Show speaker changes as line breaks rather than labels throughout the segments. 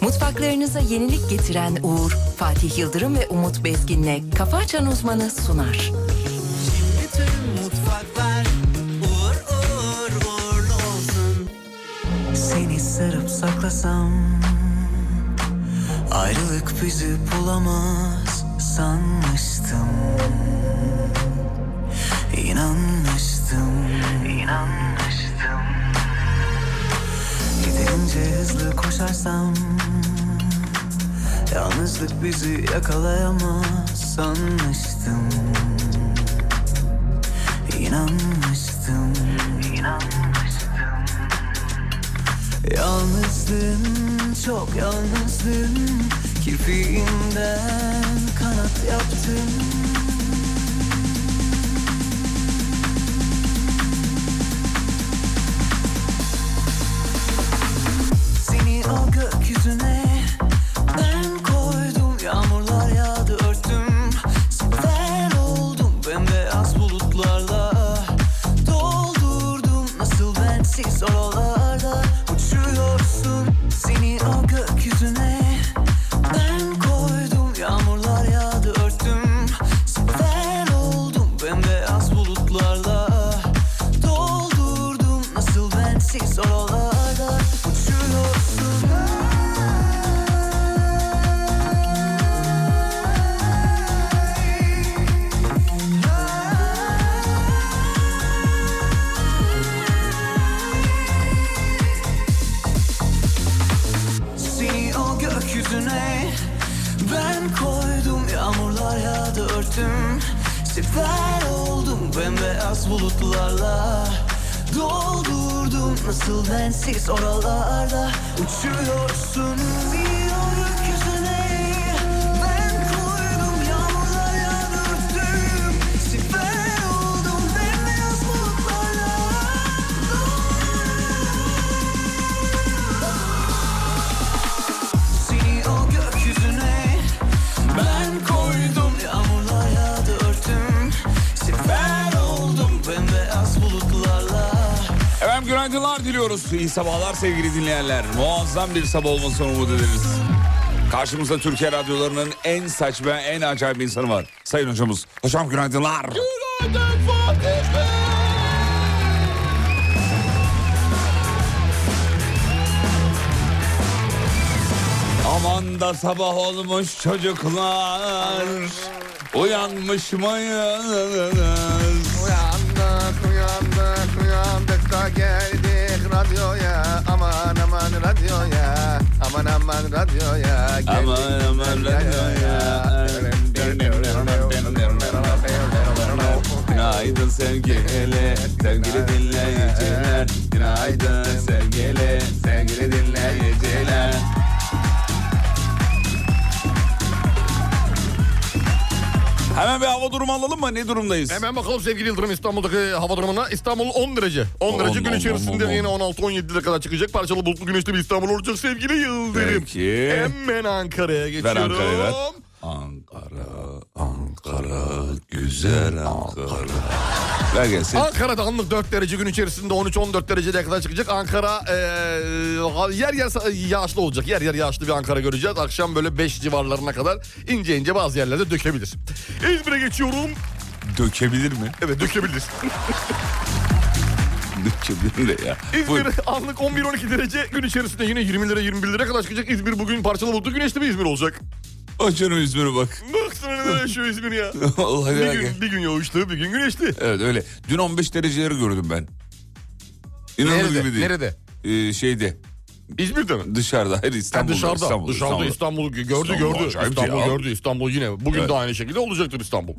Mutfaklarınıza yenilik getiren Uğur, Fatih Yıldırım ve Umut Bezgin'le Kafa Açan Uzmanı sunar.
Bütün mutfaklar uğur uğur uğurlu olsun. Seni sarıp saklasam Ayrılık bizi bulamaz sanmıştım İnanmıştım İnanmıştım Gidince hızlı koşarsam Yalnızlık bizi yakalayamaz sanmıştım İnanmıştım İnanmıştım Yalnızlığın çok yalnızlığın Kirpiğinden kanat yaptım Seni o gökyüzüne ben koydum Yağmurlar yağdı örttüm Sefer oldum bembeyaz bulutlarla Doldurdum nasıl bensiz oralarda Uçuyorsun seni o gökyüzüne ben koydum Yağmurlar yağdı örttüm Sefer oldum bembeyaz bulutlarla Doldurdum nasıl bensiz oralarda Uçuyorsun Seni o gökyüzüne ben koydum Yağmurlar yağdı örtüm Sefer oldum bembeyaz bulutlarla Doldurdum nasıl bensiz oralarda Uçuyorsun Seni o gökyüzüne ben koydum Yağmurlar yağdı örtüm Sefer oldum bembeyaz bulutlarla Seni o gökyüzüne ben koydum Yağmurlar yağdı örtüm Sefer oldum bembeyaz bulutlarla
Efendim günaydınlar diliyoruz. İyi sabahlar sevgili dinleyenler. Muazzam bir sabah olmasını umut ederiz. Karşımızda Türkiye radyolarının en saçma, en acayip insanı var. Sayın hocamız. Hocam günaydınlar. Aman da sabah olmuş çocuklar. Uyanmış mıyız?
Uyandık uyandık uyandık da geldik radyoya Aman aman radyoya Aman aman radyoya geldik
Aman aman radyoya. Günaydın sevgili, sevgili dinleyiciler. Günaydın sevgili, sevgili dinleyiciler. Hemen bir hava durumu alalım mı? Ne durumdayız?
Hemen bakalım sevgili Yıldırım İstanbul'daki hava durumuna. İstanbul 10 derece. 10,
On,
derece
on,
gün
on,
içerisinde
on, on.
yine 16-17'lere kadar çıkacak. Parçalı bulutlu güneşli bir İstanbul olacak sevgili Yıldırım.
Peki.
Hemen Ankara'ya
Ver
geçiyorum.
Ankara'yı ver. Ankara, Ankara, güzel Ankara. Ver gelsin.
Ankara'da anlık 4 derece gün içerisinde 13-14 dereceye kadar çıkacak. Ankara eee, yer yer sa- yağışlı olacak. Yer yer yağışlı bir Ankara göreceğiz. Akşam böyle 5 civarlarına kadar ince ince bazı yerlerde dökebilir. İzmir'e geçiyorum.
Dökebilir mi?
Evet dökebilir.
Dökebilir de ya. Buyur.
İzmir anlık 11-12 derece gün içerisinde yine 20 lira 21 lira kadar çıkacak. İzmir bugün parçalı bulutlu güneşli bir İzmir olacak.
Açarım İzmir'e bak.
Baksana neler yaşıyor İzmir ya.
Allah
Bir
ya.
gün, bir gün yağışlı bir gün güneşli.
Evet öyle. Dün 15 dereceleri gördüm ben. İnanılır gibi değil.
Nerede?
Ee, şeyde
İzmir'de mi?
dışarıda. Hayır İstanbul'da.
dışarıda.
İstanbul'da,
dışarıda
İstanbul'da.
İstanbul'u gördü
İstanbul
gördü.
acayipti
İstanbul
ya.
gördü. İstanbul yine. Bugün
Evet.
de aynı şekilde olacaktır İstanbul.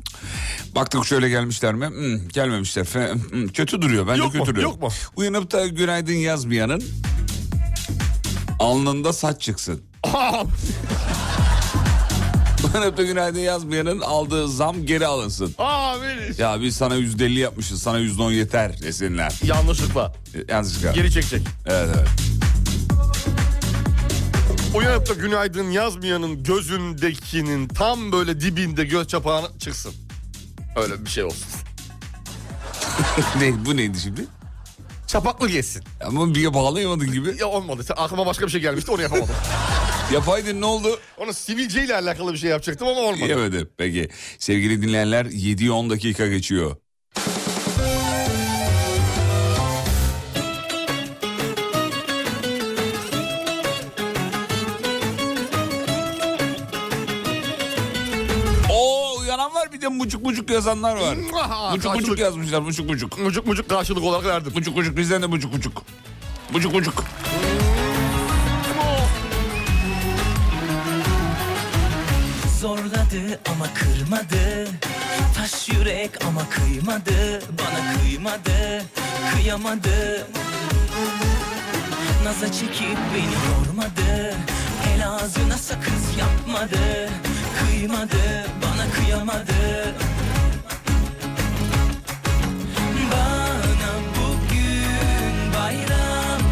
Baktık şöyle gelmişler mi? Hmm, gelmemişler. Fe- hmm, kötü duruyor. Bence
Yok mu?
kötü duruyor.
Yok mu?
Uyanıp da günaydın yazmayanın alnında saç çıksın. Uyanıp da günaydın yazmayanın aldığı zam geri alınsın.
Aa Melis.
Ya biz sana %50 yapmışız. Sana %10 yeter desinler.
Yanlışlıkla.
Yanlışlıkla.
Geri çekecek.
Evet evet.
Uyanıp da günaydın yazmayanın gözündekinin tam böyle dibinde göz çapağına çıksın. Öyle bir şey olsun.
ne, bu neydi şimdi?
Çapaklı geçsin.
Ama bir bağlayamadın gibi.
Ya olmadı. Sen- Aklıma başka bir şey gelmişti onu yapamadım.
Yapaydın ne oldu?
Onu sivilce ile alakalı bir şey yapacaktım ama olmadı.
Yemedi. Peki. Sevgili dinleyenler 7'yi 10 dakika geçiyor. Oo, uyanan var bir de mucuk mucuk yazanlar var.
Muah,
Mucuk mucuk
Hmm, karşılık.
yazmışlar mucuk mucuk.
Mucuk mucuk karşılık olarak verdim.
Mucuk mucuk bizden de mucuk mucuk. Mucuk mucuk.
Zorladı ama kırmadı Taş yürek ama kıymadı Bana kıymadı, kıyamadı Naza çekip beni yormadı El ağzına sakız yapmadı Kıymadı, bana kıyamadı Bana bugün bayram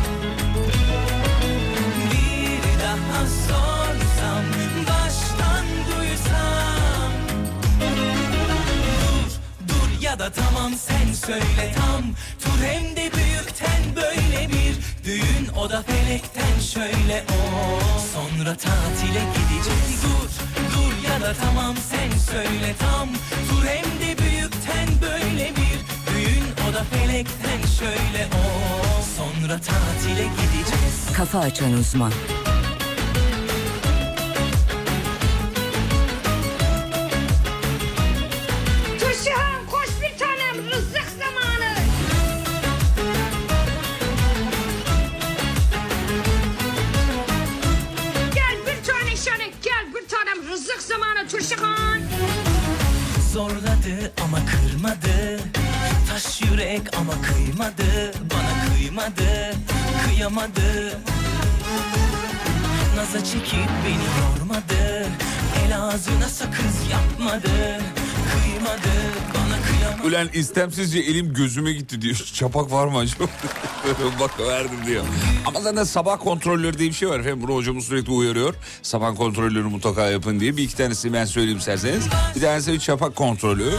bir daha sorsam Baştan duysam Dur, dur ya da tamam sen söyle tam Tur hem de büyükten böyle bir Düğün o da felekten şöyle o Sonra tatile gideceğiz Dur, dur ya da tamam sen söyle tam Tur hem de büyükten böyle bir Düğün o da felekten şöyle o Sonra tatile gideceğiz
Kafa Açan Uzman.
Tuşağım koş bir tanem rızık zamanı. Gel bir tane şanek gel bir tanem rızık zamanı Tuşağım.
Zorladı ama kırmadı Taş yürek ama kıymadı Bana kıymadı, kıyamadı Naza çekip beni yormadı El ağzına sakız yapmadı Kıymadı, bana kıyamadı
Ulan istemsizce elim gözüme gitti diyor. Çapak var mı acaba? Bak verdim diyor. Ama zaten sabah kontrolleri diye bir şey var efendim. Bunu hocamız sürekli uyarıyor. Sabah kontrolleri mutlaka yapın diye. Bir iki tanesi ben söyleyeyim isterseniz. Bir tanesi bir çapak kontrolü.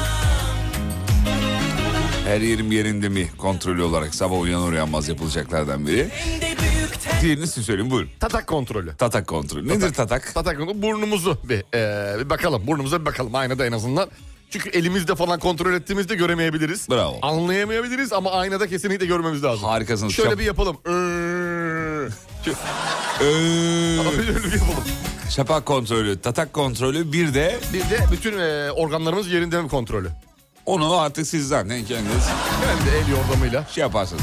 Her yerim yerinde mi kontrolü olarak sabah uyanır uyanmaz yapılacaklardan biri.
Hem de büyükten
Diğerini siz söyleyin buyurun.
Tatak kontrolü.
Tatak kontrolü. Nedir tatak?
Tatak kontrolü burnumuzu bir, eee, bir bakalım. Burnumuza bir bakalım aynada en azından. Çünkü elimizde falan kontrol ettiğimizde göremeyebiliriz.
Bravo.
Anlayamayabiliriz ama aynada kesinlikle görmemiz lazım.
Harikasınız.
Şöyle
Çap-
bir yapalım. Iıı.
Ee,
Şöyle bir yapalım.
çapak kontrolü, tatak kontrolü bir de
Bir de bütün eee, organlarımız yerinde mi kontrolü?
onu artık siz zaten kendiniz
Yani de el yordamıyla.
şey yaparsınız.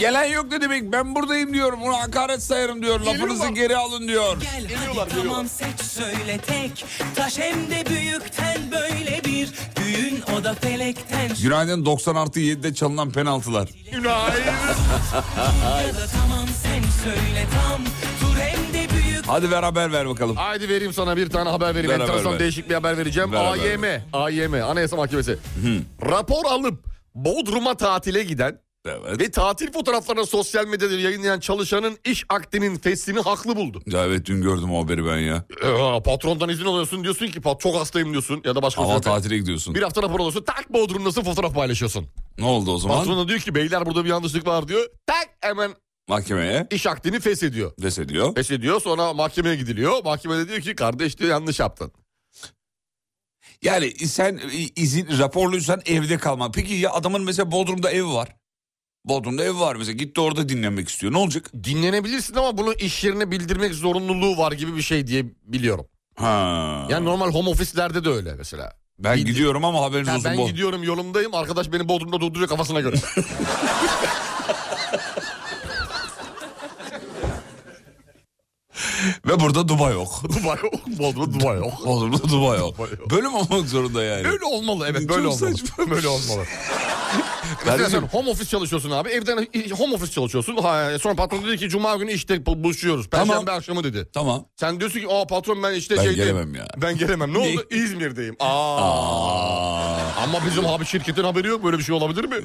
Gelen yok ne demek ben buradayım diyor bunu hakaret sayarım diyor lafınızı
Geliyorlar.
geri alın diyor.
Gel hadi tamam seç söyle tek Taş hem de büyükten böyle bir Düğün o da felekten
Günaydın 90 artı 7'de çalınan penaltılar.
Ya da tamam sen söyle tam Tur hem de büyük
Hadi ver haber ver bakalım.
Haydi vereyim sana bir tane haber vereyim.
Ver haber
Enteresan
ver.
değişik bir haber vereceğim.
Ver haber
AYM, AYM Anayasa Mahkemesi. Rapor alıp Bodrum'a tatile giden
Evet.
ve tatil fotoğraflarını sosyal medyada yayınlayan çalışanın iş akdinin feslini haklı buldu.
Ya Evet dün gördüm o haberi ben ya.
Ee, patrondan izin alıyorsun diyorsun ki "Pat- çok hastayım diyorsun ya da başka
Hava
bir şey.
tatile gidiyorsun.
Bir hafta rapor alıyorsun tak Bodrum'dasın fotoğraf paylaşıyorsun.
Ne oldu o zaman?
Patron da diyor ki beyler burada bir yanlışlık var diyor. Tak hemen
Mahkemeye
iş akdini feshediyor.
feshediyor.
Feshediyor sonra mahkemeye gidiliyor. Mahkemede diyor ki kardeş diyor yanlış yaptın.
Yani sen izin raporluysan evde kalma. Peki ya adamın mesela Bodrum'da evi var. Bodrum'da evi var mesela gitti orada dinlenmek istiyor. Ne olacak?
dinlenebilirsin ama bunu iş yerine bildirmek zorunluluğu var gibi bir şey diye biliyorum.
Ha.
Yani normal home ofislerde de öyle mesela.
ben
bildi-
gidiyorum ama haberiniz
Ya
olsun.
ben
Bo-
gidiyorum yolumdayım arkadaş beni Bodrum'da durduruyor kafasına göre.
Ve burada Dubai yok.
Dubai yok Bodrum'da Dubai yok.
Bodrum'da Dubai yok.
Dubai yok.
Böyle mi olmak zorunda yani?
Öyle olmalı evet
Çok
böyle olmalı.
saçma. şey.
Böyle olmalı. Mesela sen home office çalışıyorsun abi. Evden home office çalışıyorsun. Ha, sonra patron dedi ki cuma günü işte bu- buluşuyoruz. Perşembe
Tamam.
akşamı dedi.
Tamam.
Sen diyorsun ki aa patron ben işte
Ben
şeydeyim.
gelemem ya.
Ben gelemem. Ne
Ne?
oldu? İzmir'deyim. Aa. Ama bizim abi şirketin haberi yok. Böyle bir şey olabilir mi?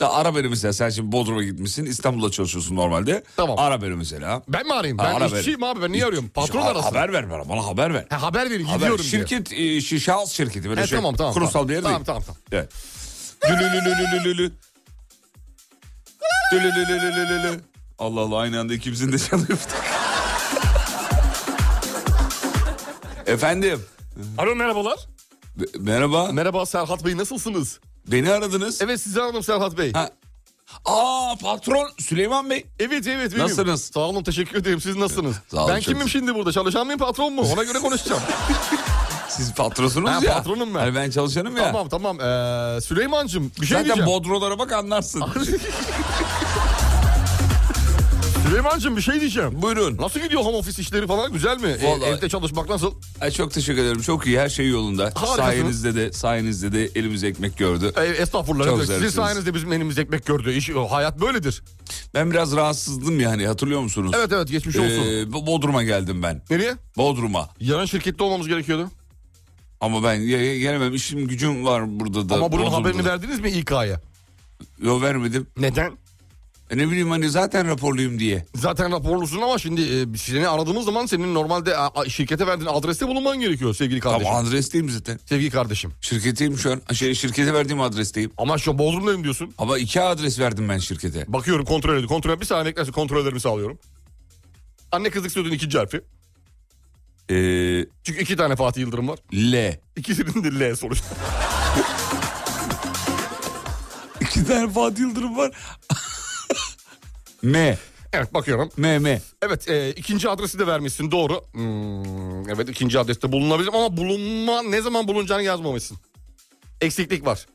Da ara beni mesela sen şimdi Bodrum'a gitmişsin İstanbul'da çalışıyorsun normalde.
Tamam.
Ara beni mesela.
Ben mi arayayım?
Ha,
Ben
ara
işçiyim abi ben niye
İş-
arıyorum? Patron
Ha-
arasın.
Haber ver bana bana haber ver.
Ha, haber verin
Haber.
gidiyorum diye.
Şirket, e, şi- şahıs şirketi böyle
He,
şey.
tamam tamam.
Kurumsal
tamam.
bir yer
tamam,
değil.
Tamam tamam.
Evet. Dülülülülülülü. Dülülülülülülü. Allah Allah aynı anda ikimizin de çalıyor. Efendim.
Alo merhabalar.
be- Merhaba.
Merhaba Serhat Bey nasılsınız?
Beni aradınız.
Evet sizi aradım Serhat Bey.
Ha. Aa patron Süleyman Bey.
Evet evet benim.
Nasılsınız?
Sağ olun teşekkür ederim siz nasılsınız?
Sağ olun,
ben
çok
kimim şimdi burada çalışan mıyım patron mu? Ona göre konuşacağım.
Siz patronsunuz
Ha,
ya.
patronum ben.
Hani ben çalışanım ya.
tamam tamam ee, Süleyman'cığım bir şey
Zaten
diyeceğim.
bodrolara bak anlarsın.
Süleyman'cığım bir şey diyeceğim.
Buyurun.
Nasıl gidiyor home office işleri falan güzel mi? E,
Vallahi-
evde çalışmak nasıl?
Ay, çok teşekkür ederim. Çok iyi her şey yolunda.
Harikasınız.
Sayenizde de sayenizde de elimiz ekmek gördü.
E, estağfurullah.
Çok
Evet, Sizin
güzelsiniz.
sayenizde bizim elimiz ekmek gördü. İş, o, hayat böyledir.
Ben biraz rahatsızdım yani hatırlıyor musunuz?
Evet evet geçmiş olsun.
Ee, Bo- Bodrum'a geldim ben.
Nereye?
Bodrum'a.
Yarın şirkette olmamız gerekiyordu.
Ama ben ye- ye- gelemem. İşim gücüm var burada da.
Ama bunun
Bodrum'da
haberini
da.
verdiniz mi İK'ya?
Yo vermedim.
Neden?
E ne bileyim hani zaten raporluyum diye.
Zaten raporlusun ama şimdi e, seni aradığımız zaman senin normalde a- a- şirkete verdiğin adreste bulunman gerekiyor sevgili kardeşim.
Ama adresteyim zaten.
Sevgili kardeşim.
Şirketteyim şu an. Şey, şirkete verdiğim adresteyim.
Ama şu Bodrum'dayım diyorsun.
Ama iki adres verdim ben şirkete.
Bakıyorum kontrol ediyorum. Kontrol bir saniye beklersin kontrollerimi sağlıyorum. Anne kızlık sözün ikinci harfi.
Ee,
Çünkü iki tane Fatih Yıldırım var.
L.
İkisinin de L sonuçta.
İki tane Fatih Yıldırım var. M.
Evet bakıyorum.
M. M.
Evet e, ikinci adresi de vermişsin doğru. Hmm, evet ikinci adreste bulunabilirim ama bulunma ne zaman bulunacağını yazmamışsın. Eksiklik var.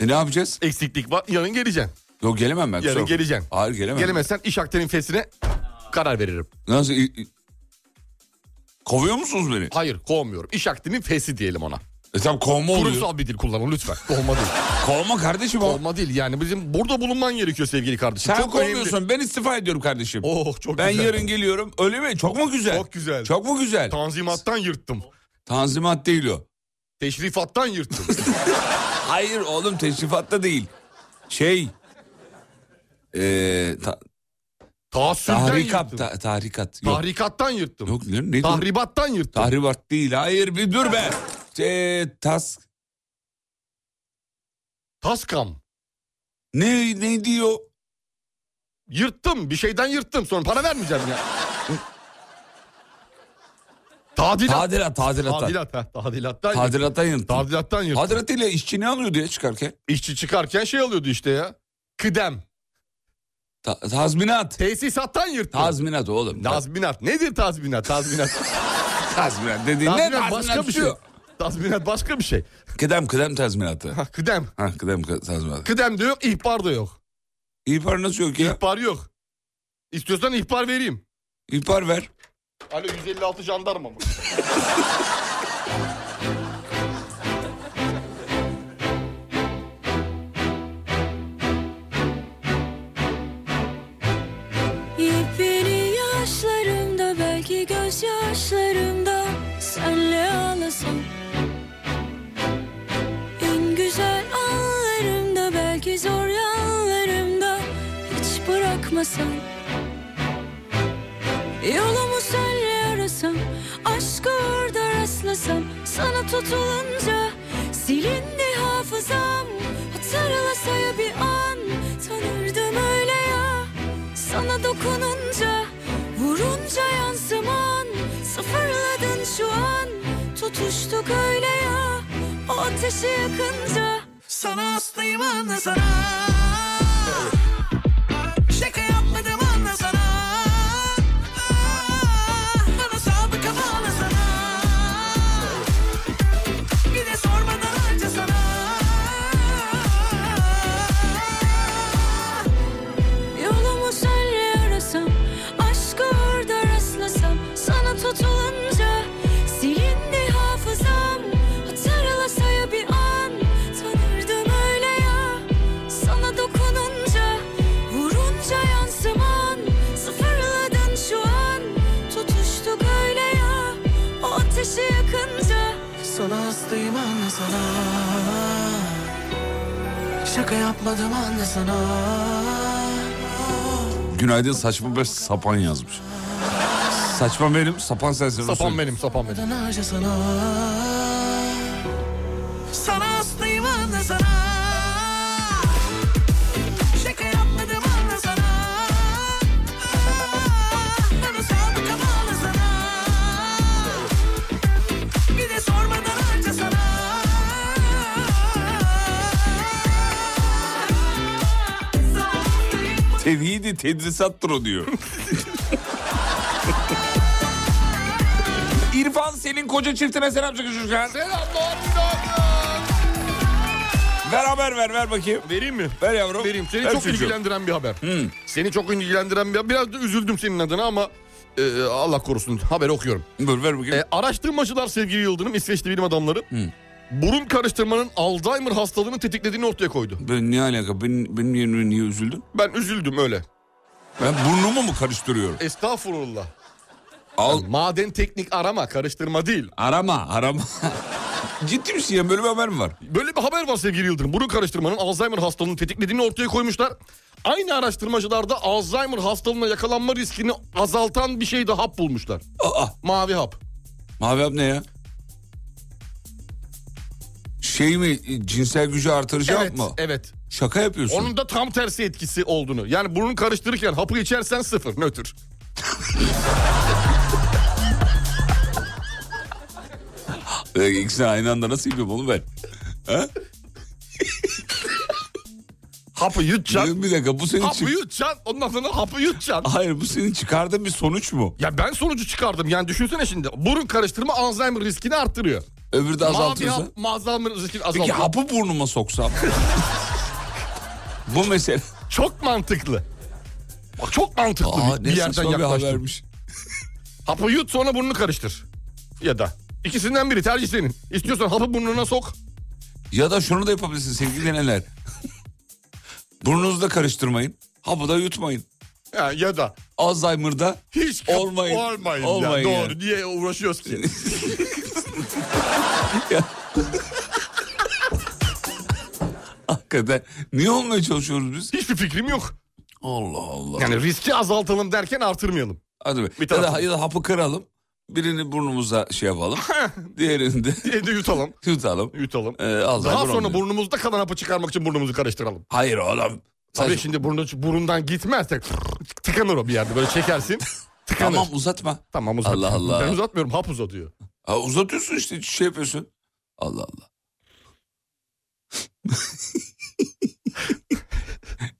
E ne yapacağız?
Eksiklik var. Yarın geleceksin.
Yok gelemem ben.
Yarın
kusura bakma.
geleceksin.
Hayır gelemem.
Gelemezsen iş aktenin fesine karar veririm.
Nasıl? i- i- Kovuyor musunuz beni?
Hayır kovmuyorum. İş akdinin fesi diyelim ona.
E tamam kovma oluyor.
Kurumsal bir dil kullanın lütfen. Kovma değil.
Kovma kardeşim o.
Kovma değil yani bizim burada bulunman gerekiyor sevgili kardeşim.
Sen
Çok
kovmuyorsun.
önemli.
Ben istifa ediyorum kardeşim.
Oh çok
ben
güzel.
yarın geliyorum. Öyle mi? Çok mu güzel?
Çok güzel.
Çok mu güzel?
Tanzimattan yırttım.
Tanzimat değil o.
Teşrifattan yırttım.
Hayır oğlum teşrifatta değil. Şey. Eee ta-
Taassüpten
tahrikat.
yırttım.
ta- tahrikat. Yok.
Tahrikattan yırttım.
Yok ne? ne
Tahribattan yırttım.
Tahribat değil. Hayır bir dur be. Şey, tas.
Taskam.
Ne, ne diyor?
Yırttım. Bir şeyden yırttım. Sonra para vermeyeceğim ya. Tadilat.
Tadilat, tadilata.
Tadilat. ha, Tadilattan yırttım.
Tadilata yırttım.
Tadilattan yırttım.
Tadilatıyla işçi ne alıyordu ya çıkarken?
İşçi çıkarken şey alıyordu işte ya. Kıdem.
Ta- tazminat.
Tesisattan yırttım.
Tazminat oğlum.
Tazminat. Nedir tazminat? Tazminat.
tazminat dediğin ne?
tazminat
Tazminat
başka bir şey.
diyor.
Tazminat başka bir şey.
Kıdem kıdem tazminatı.
Ha, kıdem.
Ha kıdem kı- tazminatı.
Kıdem de yok, ihbar da yok.
İhbar nasıl yok ya?
İhbar yok. İstiyorsan ihbar vereyim.
İhbar ver.
Alo 156 jandarma mı?
Yepyeni yaşlarımda belki gözyaşlarımda senle ağlasam En güzel anlarımda belki zor yanlarımda hiç bırakmasan Yolumu senle arasam aşkı orada rastlasam sana tutulunca silindi hafızam Hatırlasa ya bir an tanırdım öyle ya sana dokununca Vurunca yansıman Sıfırladın şu an Tutuştuk öyle ya O ateşi yakınca
Sana hastayım anla sana Şaka yapmadım anla sana Bana sadık kafanla sana Bir de sormadan harca sana
Yolumu senle arasam Aşkı orada rastlasam Sana tutulunca Silindi hafızam Hatırlasa ya bir an Tanırdım öyle ya Sana dokununca Vurunca yansıman Sıfırladın şu an Tutuştuk öyle ya O ateşi yakınca
Sana hastayım anla sana Şaka yapmadım anla sana
Günaydın saçma bir sapan yazmış. Saçma benim, sapan sensin.
sapan benim sapan benim.
Neden harca sana Sana hastayım anla sana
Tevhidi tedrisattır o diyor. İrfan Selin koca çiftine selam çakın çocuklar.
Selamlar günaydın.
Ver haber ver ver bakayım.
Vereyim mi?
Ver yavrum.
Vereyim. Seni
Ver
çok
çocuğum. Hmm.
ilgilendiren bir haber. Seni çok ilgilendiren bir haber. Biraz da üzüldüm senin adına ama e, Allah korusun haberi okuyorum.
Dur ver bakayım. Hmm.
E, araştırmacılar sevgili Yıldırım İsveçli bilim adamları burun karıştırmanın Alzheimer hastalığını tetiklediğini ortaya koydu.
Ben ne alaka? Benim, benim yerime niye üzüldün?
Ben üzüldüm öyle.
Ben burnumu mu karıştırıyorum?
Estağfurullah.
Al
Maden teknik arama karıştırma değil.
arama arama. Ciddi misin ya? Böyle bir haber mi var?
Böyle bir haber var sevgili Yıldırım. Burun karıştırmanın Alzheimer hastalığını tetiklediğini ortaya koymuşlar. Aynı araştırmacılarda Alzheimer hastalığına yakalanma riskini azaltan bir şey de hap bulmuşlar.
Aa
Mavi hap.
Ah. mavi hap ne ya? Şey mi e, cinsel gücü artırıcı hap
evet,
mı?
evet.
Şaka yapıyorsun.
Onun da tam tersi etkisi olduğunu. Yani burun karıştırırken hapı içersen sıfır nötr.
E, ikisini aynı anda nasıl yapıyorum oğlum ben?
Hapı yutacaksın.
Bir dakika bu senin
hapı
çık-
yutacaksın. Ondan sonra hapı yutacaksın.
Hayır bu senin çıkardığın bir sonuç mu?
Ya ben sonucu çıkardım. Yani düşünsene şimdi. Burun karıştırma Alzheimer riskini arttırıyor.
Öbürü de
Mavi
azaltırsa.
hap Alzheimer riskini azaltıyor.
Peki hapı burnuma soksam. bu mesele.
Çok mantıklı. Bak çok mantıklı
Aa,
bir,
ne
bir yerden
saçma bir
yaklaştım.
habermiş.
hapı yut sonra burnunu karıştır. Ya da. ikisinden biri tercih senin. İstiyorsan hapı burnuna sok.
Ya da şunu da yapabilirsin sevgili deneler. Burnunuzu da karıştırmayın. Hapı da yutmayın.
Ya, ya da.
Alzheimer'da
Hiç kap-
olmayın.
Olmayın,
Olmayın
ya.
ya.
Doğru. Niye uğraşıyoruz ki?
Hakikaten niye olmaya çalışıyoruz biz?
Hiçbir fikrim yok.
Allah Allah.
Yani riski azaltalım derken artırmayalım.
Hadi be.
Bir
ya, da,
tarafı-
ya da hapı kıralım. Birini burnumuza şey yapalım. diğerini de
Diye de yutalım.
yutalım.
Yutalım.
Ee, Alzheimer
Daha sonra
olmuyor.
burnumuzda kalan hapı çıkarmak için burnumuzu karıştıralım.
Hayır oğlum.
Tabii
Saçma.
şimdi burnu, burundan gitmez. tek- Tıkanır o bir yerde. Böyle çekersin. Tıkanır.
Tamam
Tamam.
uzatma.
Tamam uzat.
Allah Allah.
Ben uzatmıyorum. Hap uzatıyor.
Ha, uzatıyorsun işte şey yapıyorsun. Allah Allah.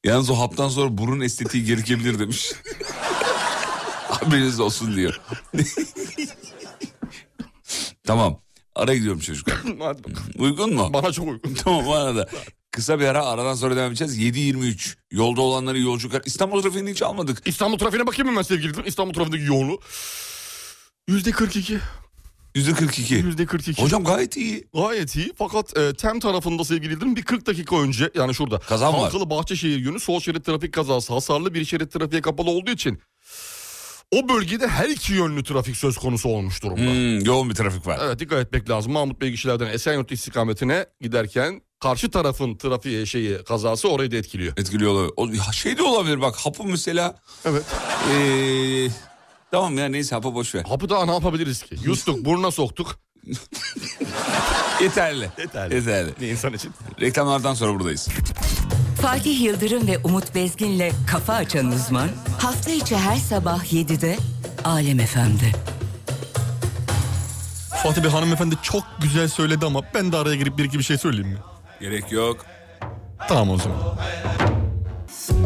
Yalnız o haptan sonra burun estetiği gerekebilir demiş. Haberiniz olsun diyor. tamam. Ara gidiyorum çocuklar.
Hadi bakalım.
Uygun mu?
Bana çok uygun.
tamam bana da. Kısa bir ara aradan sonra devam edeceğiz. 7.23 yolda olanları yolcu kar- İstanbul trafiğini hiç almadık.
İstanbul trafiğine bakayım hemen sevgili dinleyiciler. İstanbul trafiğindeki yoğunluğu. Yüzde 42.
%42.
Yüzde 42.
Hocam gayet iyi.
Gayet iyi fakat e, TEM tarafında sevgili dinleyicilerim bir 40 dakika önce yani şurada.
Kazan var.
Halkalı Bahçeşehir yönü sol şerit trafik kazası hasarlı bir şerit trafiğe kapalı olduğu için o bölgede her iki yönlü trafik söz konusu olmuş durumda.
Hmm, yoğun bir trafik var.
Evet dikkat etmek lazım. Mahmut Bey kişilerden Esenyurt istikametine giderken karşı tarafın trafiği şeyi kazası orayı da etkiliyor.
Etkiliyor olabilir. O, ya şey de olabilir bak hapı mesela.
Evet.
Ee, tamam ya neyse hapı boş ver.
Hapı daha ne yapabiliriz ki? Yustuk burnuna soktuk.
Yeterli.
Yeterli.
Yeterli.
Ne insan için?
Reklamlardan sonra buradayız.
Fatih Yıldırım ve Umut Bezgin'le Kafa Açan Uzman hafta içi her sabah 7'de Alem Efendi.
Fatih Bey hanımefendi çok güzel söyledi ama ben de araya girip bir iki bir şey söyleyeyim mi?
Gerek yok.
Tamam o zaman.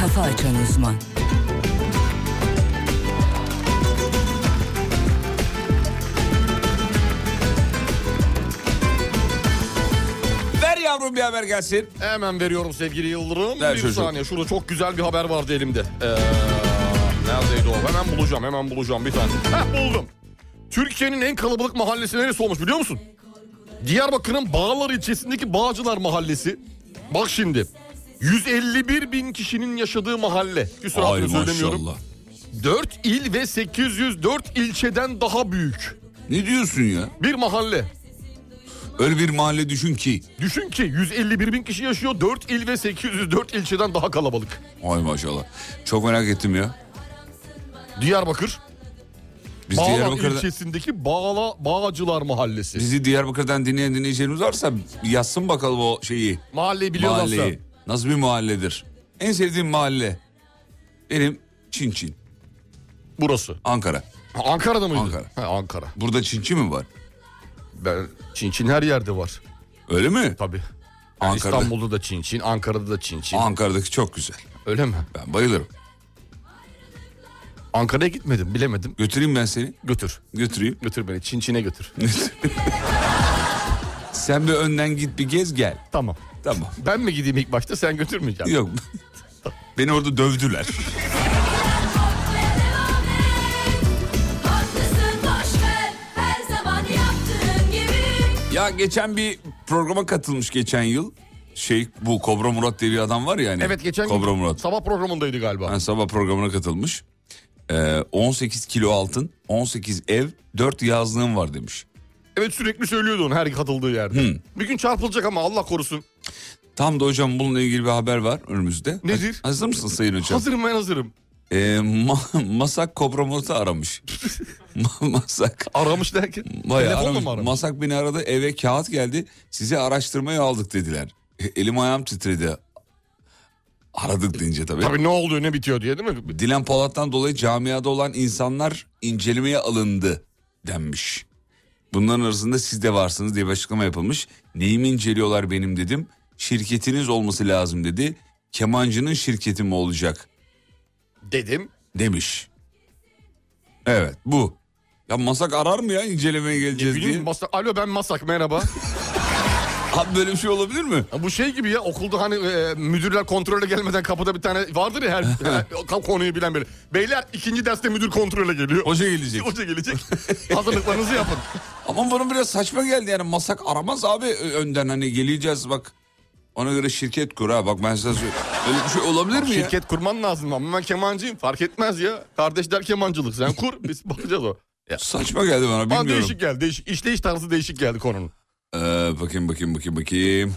Kafa Açan Uzman.
Ver yavrum bir haber gelsin.
Hemen veriyorum sevgili Yıldırım.
Ver
bir
çocuğum.
saniye şurada çok güzel bir haber vardı elimde. Ee, neredeydi o? Hemen bulacağım hemen bulacağım bir tane. Heh buldum. Türkiye'nin en kalabalık mahallesi neresi olmuş biliyor musun? Diyarbakır'ın Bağlar ilçesindeki Bağcılar Mahallesi. Bak şimdi. 151 bin kişinin yaşadığı mahalle. Küsur
Ay
söylemiyorum.
maşallah.
4 il ve 804 ilçeden daha büyük
Ne diyorsun ya?
bir mahalle.
Öyle bir mahalle düşün ki.
Düşün ki 151 bin kişi yaşıyor. 4 il ve 804 ilçeden daha kalabalık.
Ay maşallah. Çok merak ettim ya.
Diyarbakır.
Biz
Bağlar
Diyarbakır'da...
ilçesindeki Bağla Bağcılar Mahallesi.
Bizi Diyarbakır'dan dinleyen dinleyicilerimiz varsa yazsın bakalım o şeyi.
Mahalleyi biliyorlarsa.
Mahalleyi. Nasıl bir mahalledir? En sevdiğim mahalle. Benim Çin Çin.
Burası.
Ankara.
Ha, Ankara'da mıydı?
Ankara.
Ha, Ankara.
Burada Çin Çin mi var?
Ben Çin Çin her yerde var.
Öyle mi?
Tabii. Yani
Ankara'da.
İstanbul'da da Çin Çin, Ankara'da da Çin Çin.
Ankara'daki çok güzel.
Öyle mi?
Ben bayılırım.
Ankara'ya gitmedim, bilemedim.
Götüreyim ben seni.
Götür.
Götüreyim.
Götür beni Çin Çin'e götür.
Sen bir önden git bir gez gel.
Tamam.
Tamam.
Ben mi gideyim ilk başta sen götürmeyeceksin.
Yok. Beni orada dövdüler.
Haklısın boşver her zaman yaptığın gibi
Ya geçen bir programa katılmış geçen yıl. Şey bu Kobra Murat diye bir adam var ya hani.
Evet geçen
Kobra
gün
Murat.
sabah programındaydı galiba.
Ben sabah programına katılmış. Ee, 18 kilo altın, 18 ev, 4 yazlığım var demiş.
Evet sürekli söylüyordu onu her katıldığı yerde. Bir gün çarpılacak ama Allah korusun.
Tam da hocam bununla ilgili bir haber var önümüzde.
Nedir?
Ha- Hazır mısın sayın hocam?
Hazırım ben hazırım.
Ee, ma- Masak Kobra Murat'ı aramış. Ma- Masak.
Aramış derken.
Bayağı
Telefonla
aramış.
mı aramış?
Masak beni aradı eve kağıt geldi. Sizi araştırmaya aldık dediler. E, Elim ayağım titredi. Aradık deyince tabii.
Tabii ne oluyor ne bitiyor diye değil mi?
Dilan Polat'tan dolayı camiada olan insanlar incelemeye alındı denmiş. Bunların arasında siz de varsınız diye bir açıklama yapılmış. Neyimi inceliyorlar benim dedim. Şirketiniz olması lazım dedi. Kemancının şirketi mi olacak
Dedim.
demiş. Evet bu. Ya masak arar mı ya incelemeye geleceğiz diye.
Bileyim, masa- Alo ben Masak merhaba.
Abi böyle bir şey olabilir mi?
Ya bu şey gibi ya okulda hani e, müdürler kontrole gelmeden kapıda bir tane vardır ya her, her konuyu bilen biri. Beyler ikinci derste müdür kontrole geliyor.
Hoca gelecek.
Hoca gelecek. Hazırlıklarınızı yapın.
Ama bana biraz saçma geldi yani masak aramaz abi ö- önden hani geleceğiz bak. Ona göre şirket kur ha bak ben size söyleyeyim. Öyle bir şey olabilir mi ya?
Şirket kurman lazım ama ben kemancıyım fark etmez ya. Kardeşler kemancılık sen kur biz bakacağız o. Ya.
Saçma geldi bana
Ama
bilmiyorum.
değişik geldi değişik. İşleyiş tarzı değişik geldi konunun.
Ee, bakayım bakayım bakayım bakayım.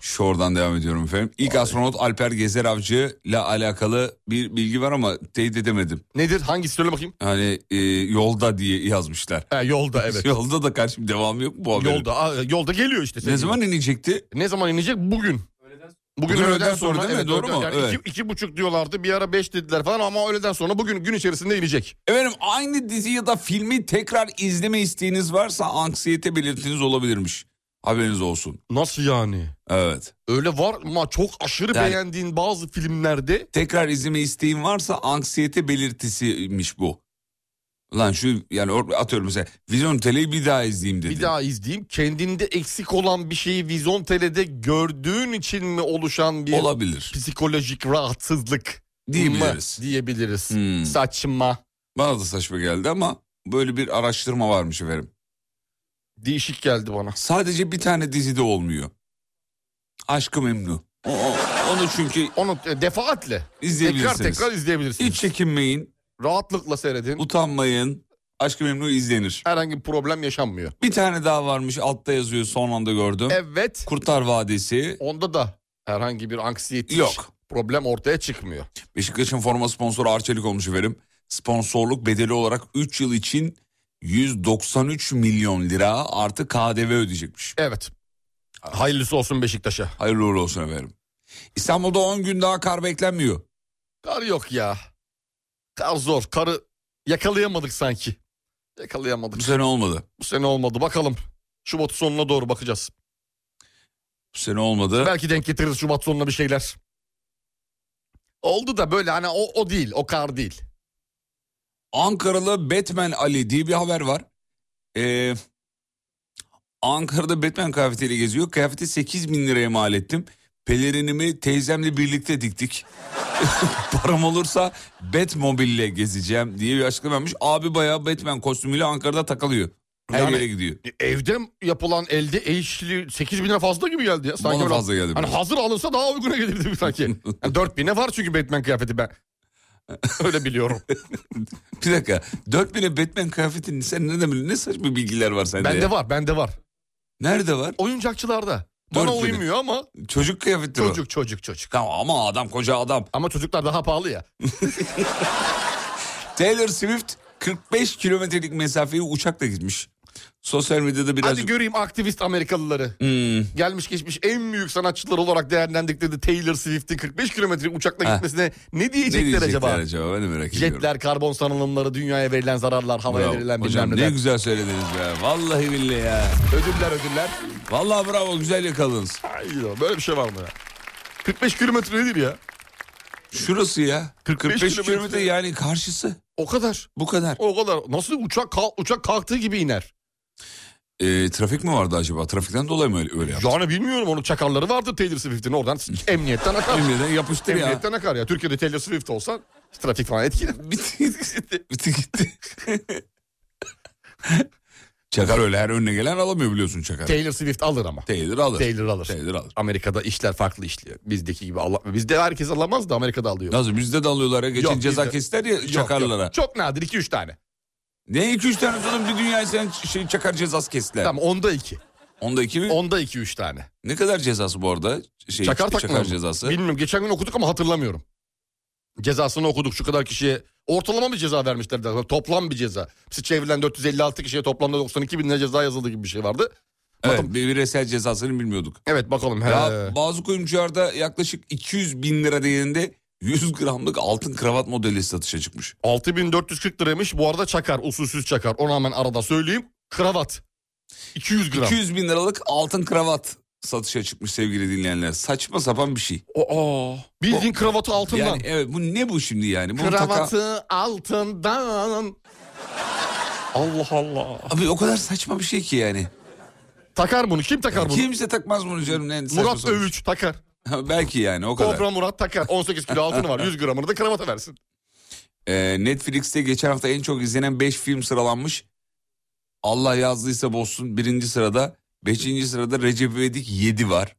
Şuradan devam ediyorum efendim. İlk astronot Alper Gezer Avcı ile alakalı bir bilgi var ama teyit edemedim.
Nedir hangisi söyle bakayım.
Hani e, yolda diye yazmışlar.
Ha, yolda evet.
Yolda da karşım devamı yok mu bu haberin?
yolda aa, yolda geliyor işte.
Ne
sevgili.
zaman inecekti?
Ne zaman inecek? Bugün. Bugün,
Bugün öğleden sonra değil mi?
evet,
Doğru
öğleden-
mu?
Yani
Evet.
iki, iki buçuk diyorlardı bir ara beş dediler falan ama öğleden sonra bugün gün içerisinde inecek.
Efendim aynı dizi ya da filmi tekrar izleme isteğiniz varsa anksiyete belirtiniz olabilirmiş. Haberiniz olsun.
Nasıl yani?
Evet.
Öyle var ama çok aşırı
Yani-
beğendiğin bazı filmlerde
Tekrar izleme isteğin varsa anksiyete belirtisiymiş bu. Lan şu yani or- atıyorum mesela Vizyon Tele'yi bir daha izleyeyim dedi.
bir daha izleyeyim. Kendinde eksik olan bir şeyi Vizon Tele'de gördüğün için mi oluşan bir
Olabilir.
psikolojik rahatsızlık
Diyebiliriz.
mı diyebiliriz.
Hmm.
Saçma.
Bana da saçma geldi ama böyle bir araştırma varmış efendim.
Değişik geldi bana.
Sadece bir tane dizide olmuyor. Aşkı Memnu. O- o- Onu çünkü
Onu e, defaatle tekrar
izleyebilirsiniz.
tekrar izleyebilirsiniz.
Hiç çekinmeyin,
Rahatlıkla seyredin.
utanmayın. Aşkı Memnu izlenir.
Herhangi bir problem yaşanmıyor.
Bir tane daha varmış altta yazıyor son anda gördüm.
Evet.
Kurtar Vadisi.
Onda da herhangi bir anksiyete
Yok.
problem ortaya çıkmıyor.
Beşiktaş'ın forma sponsoru Arçelik olmuş efendim. Sponsorluk bedeli olarak 3 yıl için 193 milyon lira artı KDV ödeyecekmiş.
Evet. Hayırlısı olsun Beşiktaş'a.
Hayırlı uğurlu olsun efendim. İstanbul'da 10 gün daha kar beklenmiyor.
Kar yok ya. Kar zor. Karı yakalayamadık sanki. Yakalayamadık.
Bu sene olmadı.
Bu sene olmadı. Bakalım. Şubat sonuna doğru bakacağız.
Bu sene olmadı.
Belki denk getiririz Şubat sonuna bir şeyler. Oldu da böyle hani o, o değil o kar değil.
Ankaralı Batman Ali diye bir haber var. Ee, Ankara'da Batman kıyafetiyle geziyor. Kıyafeti 8 bin liraya mal ettim. Pelerinimi teyzemle birlikte diktik. Param olursa Batmobile gezeceğim diye bir açıklama yapmış. Abi bayağı Batman kostümüyle Ankara'da takılıyor. Her
Yani- e,
yere gidiyor.
Evde yapılan elde el işçiliği 8 bine fazla gibi geldi ya. Sanki
Bana
böyle-
fazla geldi
Hani
biraz.
hazır alınsa daha uyguna gelirdi sanki. Yani 4 bine var çünkü Batman kıyafeti ben. Öyle biliyorum.
Bir dakika. 4000'e Batman kıyafetini sen ne demek ne saçma bilgiler var sende ya.
bende var bende var.
Nerede var?
Oyuncakçılarda. Bana
Dört bine.
uymuyor ama
Çocuk kıyafeti o.
çocuk çocuk çocuk.
Tamam ama adam koca adam.
Ama çocuklar daha pahalı ya.
Taylor Swift 45 kilometrelik mesafeyi uçakla gitmiş. Sosyal medyada biraz...
Hadi göreyim aktivist Amerikalıları.
Hmm,
Gelmiş geçmiş en büyük sanatçılar olarak değerlendirdikleri Taylor Swift'in 45 kilometre uçakla
Heh.
gitmesine ne
ne
diyecekler,
diyecekler
acaba?
acaba? Ben de merak ediyorum.
Jetler, karbon salınımları, dünyaya verilen zararlar, havaya
Bravo.
verilen
Hocam
bilmem
ne
neler.
güzel söylediniz be. Vallahi billahi ya.
Ödüller ödüller.
Vallahi bravo güzel yakaladınız.
Ay ya, böyle bir şey var mı ya? 45 kilometre nedir ya?
Şurası ya. 45,
45
kilometre.
kilometre
yani karşısı.
O kadar.
Bu kadar.
O kadar. Nasıl uçak kalk- uçak kalktığı gibi iner?
Ee, trafik mi vardı acaba? Trafikten dolayı mı öyle, öyle yaptı?
Yani bilmiyorum onun çakarları vardı Taylor Swift'in oradan emniyetten akar.
Bilmeden yapıştır ya.
emniyetten akar ya. Türkiye'de Taylor Swift olsa trafik falan etkiler.
Bitti gitti. Bitti gitti. Çakar öyle her önüne gelen alamıyor biliyorsun Çakar.
Taylor Swift alır ama.
Taylor alır.
Taylor alır.
Taylor alır.
Amerika'da işler farklı işliyor. Bizdeki gibi Allah bizde herkes alamaz da Amerika'da alıyor.
Nasıl bizde de alıyorlar ya. Geçen
Yok,
ceza
bizde-
kestiler ya
Yok,
çakarlara.
yok. Çok nadir 2 3 tane.
Ne iki üç tane sonra bir dünya sen şey, çakar cezası kestiler.
Tamam onda 2.
Onda iki mi?
Onda 2 3 tane.
Ne kadar cezası bu arada? Şey,
Çakar takma.
cezası.
Bilmiyorum geçen gün okuduk ama hatırlamıyorum. Cezasını okuduk şu kadar kişiye. Ortalama bir ceza vermişler. de, Toplam bir ceza. Bizi çevrilen 456 kişiye toplamda 92 bin lira ceza yazıldı gibi bir şey vardı.
evet bir bireysel cezasını bilmiyorduk.
Evet bakalım. He.
Ya bazı kuyumcularda yaklaşık 200 bin lira değerinde 100 gramlık altın kravat modeli satışa çıkmış.
6440 liraymış. Bu arada çakar. Usulsüz çakar. Ona hemen arada söyleyeyim. Kravat. 200 gram.
200 bin liralık altın kravat satışa çıkmış sevgili dinleyenler. Saçma sapan bir şey.
Oo. Bildiğin kravatı altından.
Yani evet bu ne bu şimdi yani? Bunu taka-
Kravatı altından. Allah Allah.
Abi o kadar saçma bir şey ki yani.
Takar bunu. Kim takar bunu?
Kimse takmaz bunu canım. Ne saçma
Murat
sapan bir
Övüç takar.
şey. Belki yani o kadar.
Kobra Murat takar. 18 kilo altını var. 100 gramını da kravata versin.
Ee, Netflix'te geçen hafta en çok izlenen 5 film sıralanmış. Allah yazdıysa bozsun birinci sırada. Beşinci sırada Recep İvedik 7 var.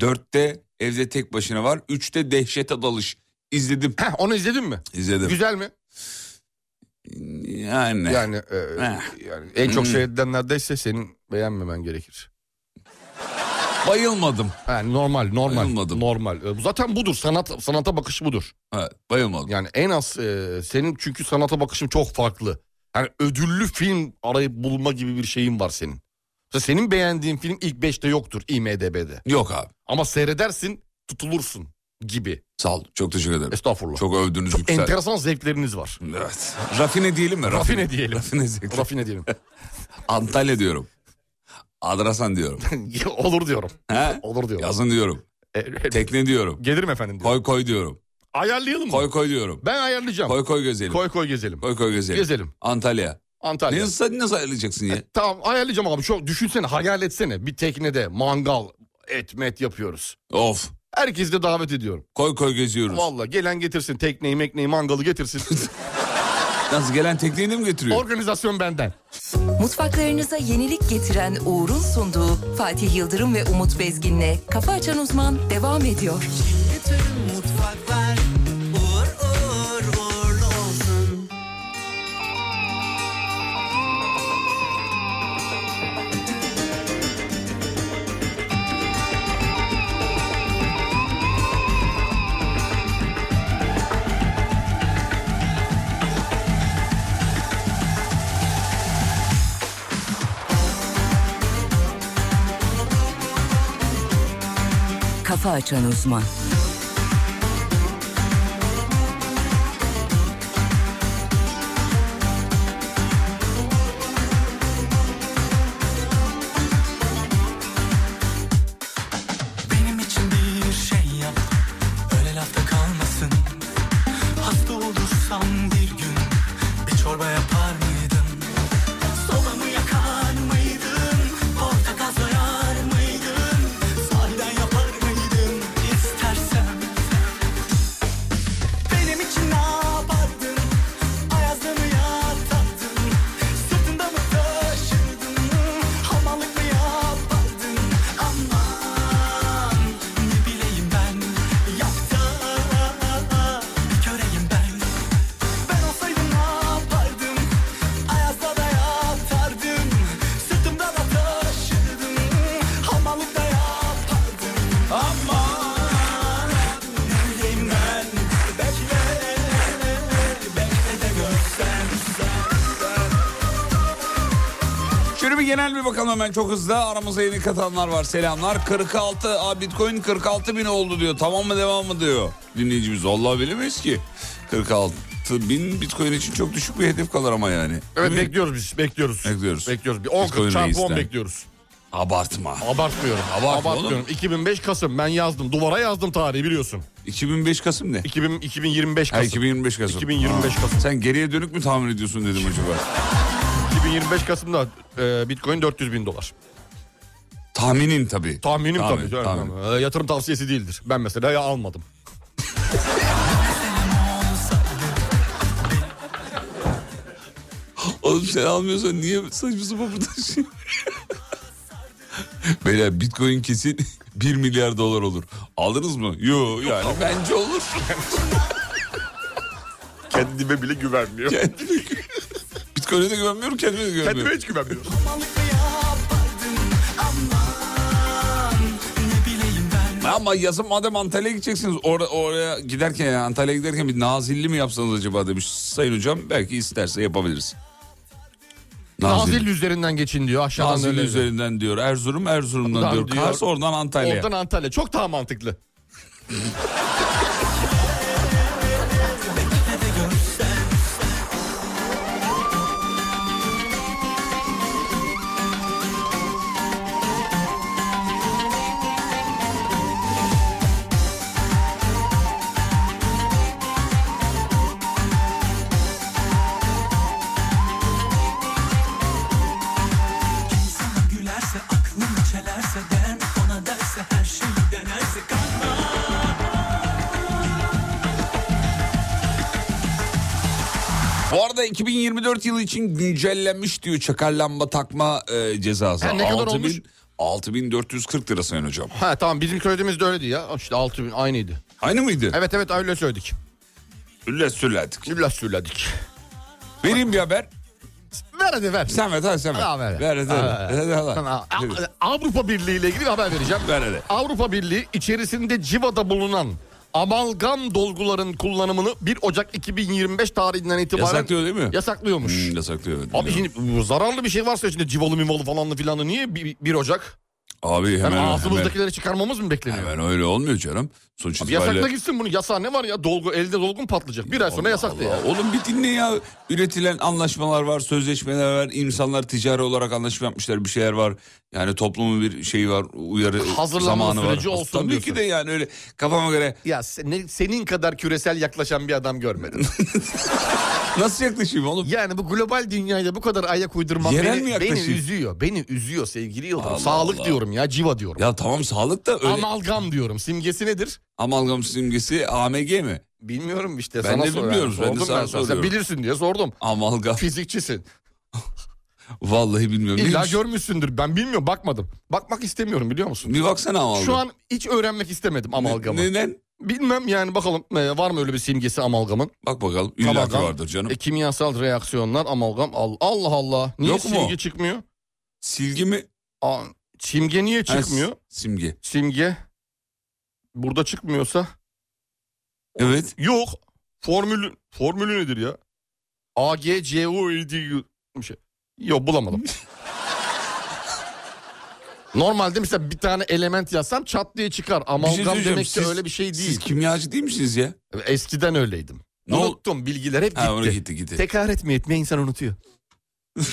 Dörtte Evde Tek Başına var. Üçte Dehşete Dalış. İzledim.
Heh, onu izledin mi?
İzledim.
Güzel mi?
Yani.
Yani, e,
Heh.
yani en çok
Hmm.
seyredilenlerdeyse senin beğenmemen gerekir.
Bayılmadım.
Yani normal, normal,
Bayılmadım.
normal. E, bu Zaten budur. Sanat sanata bakış budur.
Evet, bayılmadım.
Yani en az e, senin çünkü sanata bakışın çok farklı. Yani ödüllü film arayıp bulma gibi bir şeyin var senin. Mesela senin beğendiğin film ilk 5'te yoktur IMDB'de.
Yok abi.
Ama seyredersin, tutulursun gibi.
Sağ ol. Çok teşekkür ederim.
Estağfurullah.
Çok övdünüz. güzel.
Enteresan zevkleriniz var.
Evet. Rafine diyelim mi?
Rafine diyelim.
Rafine zevkli.
Rafine diyelim.
Antalya diyorum. Adrasan diyorum.
Olur diyorum.
He?
Olur diyorum.
Yazın diyorum.
E, e,
Tekne diyorum.
Gelirim efendim diyor.
Koy koy diyorum.
Ayarlayalım mı?
Koy koy diyorum.
Ben ayarlayacağım. Koy
Koy koy gezelim. Koy
koy, gezelim.
koy, gezelim.
Gezelim.
Antalya.
Antalya.
Ne nasıl, nasıl ayrılacaksın ya?
E, tamam ayarlayacağım abi. Çok düşünsene hayal etsene. Bir teknede mangal et met yapıyoruz.
Of.
Herkesi de davet ediyorum.
Koy koy geziyoruz.
Valla gelen getirsin tekneyi mekneyi mangalı getirsin.
Nasıl gelen tekneyi mi getiriyor?
Organizasyon benden.
Mutfaklarınıza yenilik getiren Uğur'un sunduğu Fatih Yıldırım ve Umut Bezgin'le Kafa Açan Uzman devam ediyor.
Bütün mutfaklar uğur uğur uğurlu olsun
Kafa Açan Uzman.
Benim için bir şey yap Öyle lafta kalmasın
olsam bir gün Bir çorba yapar mıydın? Soğanı yakar mıydın? Portakal soyar mıydın? Sahiden yapar mıydın? İstersen benim için ne yapardın? Ayazda mı yatardın? Sırtında mı taşırdın? Hamallık mı yapardın? Aman ne bileyim ben Yaptığım bir köreyim ben Ben olsaydım ne yapardım? Ayazda da yatardım Sırtımda da taşırdım Hamallık da yapardım Aman ne bileyim ben
Şöyle bir genel bir bakalım hemen çok hızlı. Aramıza yeni katanlar var. Selamlar. 46 a Bitcoin 46 bin oldu diyor. Tamam mı devam mı diyor dinleyicimiz. Allah bilemeyiz ki. 46 bin Bitcoin için çok düşük bir hedef kalır ama yani.
Evet
Değil mi?
bekliyoruz biz bekliyoruz.
Bekliyoruz.
Bekliyoruz. Bir 10
Bitcoin
çarpı 10
reisten.
bekliyoruz.
Abartma.
Abartmıyorum.
Abartma oğlum.
Abartmıyorum. 2005 Kasım ben yazdım. Duvara yazdım tarihi biliyorsun.
2005 Kasım ne?
2000, 2025
Ha,
Kasım.
2025 Kasım.
2025
Ha.
Kasım.
Sen geriye dönük mü tahmin ediyorsun dedim acaba.
2025 Kasım'da e, Bitcoin 400 bin dolar.
Tahminin tabii.
Tahminim
Tahmin,
tabii.
tahmin.
Ee, yatırım tavsiyesi değildir. Ben mesela ya almadım.
Oğlum sen almıyorsan niye saçma sapan bu tarz şey? Beyler bitcoin kesin 1 milyar dolar olur. Aldınız mı? Yo yani bence olur.
Kendime bile güvenmiyorum.
Kendime gü- Bitcoin'e de güvenmiyorum kendime de güvenmiyorum.
Kendime hiç güvenmiyorum.
Hamallık mı yapardın? Aman ne bileyim ben
Ama yazın madem Antalya'ya gideceksiniz or- oraya giderken yani Antalya'ya giderken bir nazilli mi yapsanız acaba demiş sayın hocam belki isterse yapabiliriz.
Nazilli üzerinden geçin diyor aşağıdan
Nazilli
öyle.
üzerinden diyor. Erzurum, Erzurum'dan
Oradan
diyor.
diyor.
Kars oradan Antalya'ya.
Oradan Antalya. Çok daha mantıklı.
Sana gülerse aklım çelerse der mi ona derse her şeyi denerse kanma
Bu arada 2024 yılı için güncellenmiş diyor çakal lamba takma e, cezası.
Ha, ne kadar olmuş?
6440 lira sayın hocam.
Ha tamam bizim söylediğimiz de öyleydi ya. İşte 6 bin aynıydı.
Aynı mıydı?
Evet evet öyle söyledik.
Ülle sürledik.
Lülla söyledik.
Vereyim bir haber.
Ver hadi ver.
Sen ver hadi sen ver.
Ha, ver.
ver. Ver hadi.
Ha,
Ver hadi.
Sana
Hadi.
A- Avrupa Birliği ile ilgili bir haber vereceğim.
Ver hele.
Avrupa Birliği içerisinde civada bulunan amalgam dolguların kullanımını 1 Ocak 2025 tarihinden itibaren
Yasaklıyor değil mi?
Yasaklıyormuş.
Hmm, yasaklıyor.
Abi şimdi bu zararlı bir şey varsa içinde civalı mimalı falanlı filanlı niye 1 Ocak?
Abi
Yani
hemen, hemen,
ağzımızdakileri çıkarmamız mı bekleniyor?
hemen öyle olmuyor canım. Sonuç
Abi
itibariyle-
Yasakla gitsin bunu. Yasağı ne var ya? Dolgu elde dolgun patlayacak. Bir ay sonra yasaktı
Allah.
ya.
Oğlum bir dinle ya. Üretilen anlaşmalar var, sözleşmeler var. İnsanlar ticari olarak anlaşma yapmışlar, bir şeyler var. Yani toplumun bir şeyi var, uyarı
Hazırlanma
zamanı var.
süreci olsun
Tabii
diyorsun.
ki de yani öyle kafama göre
Ya sen- ne- senin kadar küresel yaklaşan bir adam görmedim.
nasıl yaklaşayım oğlum?
Yani bu global dünyaya bu kadar ayak uydurmak
Yerel mi
beni, beni
yaklaşayım?
üzüyor. Beni üzüyor sevgili Yıldırım.
Allah
Sağlık
Allah.
diyorum ya civa diyorum.
Ya tamam sağlık da öyle
Amalgam diyorum. Simgesi nedir?
amalgam simgesi AMG mi?
Bilmiyorum işte
Ben
sana
de
soruyorum.
bilmiyorum, ben de
Sordum
sana
sana. Sen
soruyorum.
bilirsin diye sordum.
Amalgam.
Fizikçisin.
Vallahi bilmiyorum.
İlla
Neymiş?
görmüşsündür. Ben bilmiyorum bakmadım. Bakmak istemiyorum biliyor musun?
Bir baksana amalgam.
Şu an hiç öğrenmek istemedim amalgamı.
Neden?
Bilmem yani bakalım e, var mı öyle bir simgesi amalgamın?
Bak bakalım. İlla ki
Amalgam.
vardır canım.
E, kimyasal reaksiyonlar amalgam. Al- Allah Allah. Niye
Yok mu?
simge çıkmıyor?
Silgi mi?
Aa, simge niye
Ha,
E, çıkmıyor?
Simge.
simge burada çıkmıyorsa
Evet.
yok formülü formülü nedir ya? A G C U E, D U bir şey. Yok bulamadım. Normalde mesela bir tane element yazsam çat diye çıkar.
Bir şey
Amalgam
söyleyeceğim.
demek ki
Siz-
öyle bir şey değil.
Siz kimyacı değil misiniz ya?
Eskiden öyleydim.
Ne ol-
Unuttum bilgiler hep
Ha oraya
gitti.
gitti gitti.
Tekrar etmeye etmeye insan unutuyor.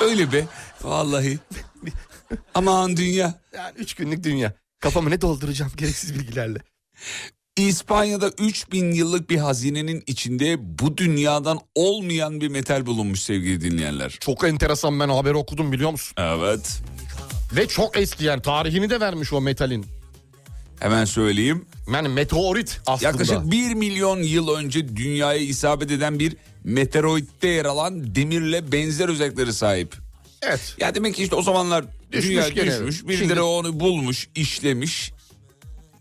Öyle be. Vallahi. Aman dünya.
Yani üç günlük dünya. Kafamı ne dolduracağım gereksiz bilgilerle.
İspanya'da 3000 yıllık bir hazinenin içinde bu dünyadan olmayan bir metal bulunmuş sevgili dinleyenler.
Çok enteresan ben o haberi okudum biliyor musun?
Evet.
Ve çok eski yani tarihini de vermiş o metalin.
Hemen söyleyeyim.
Yani meteorit aslında.
Yaklaşık 1 milyon yıl önce dünyaya isabet eden bir meteoroitte yer alan demirle benzer özellikleri sahip.
Evet.
Ya demek ki işte o zamanlar
Düşmüş
dünya
gene.
düşmüş. Birileri
Şimdi-
onu bulmuş, işlemiş.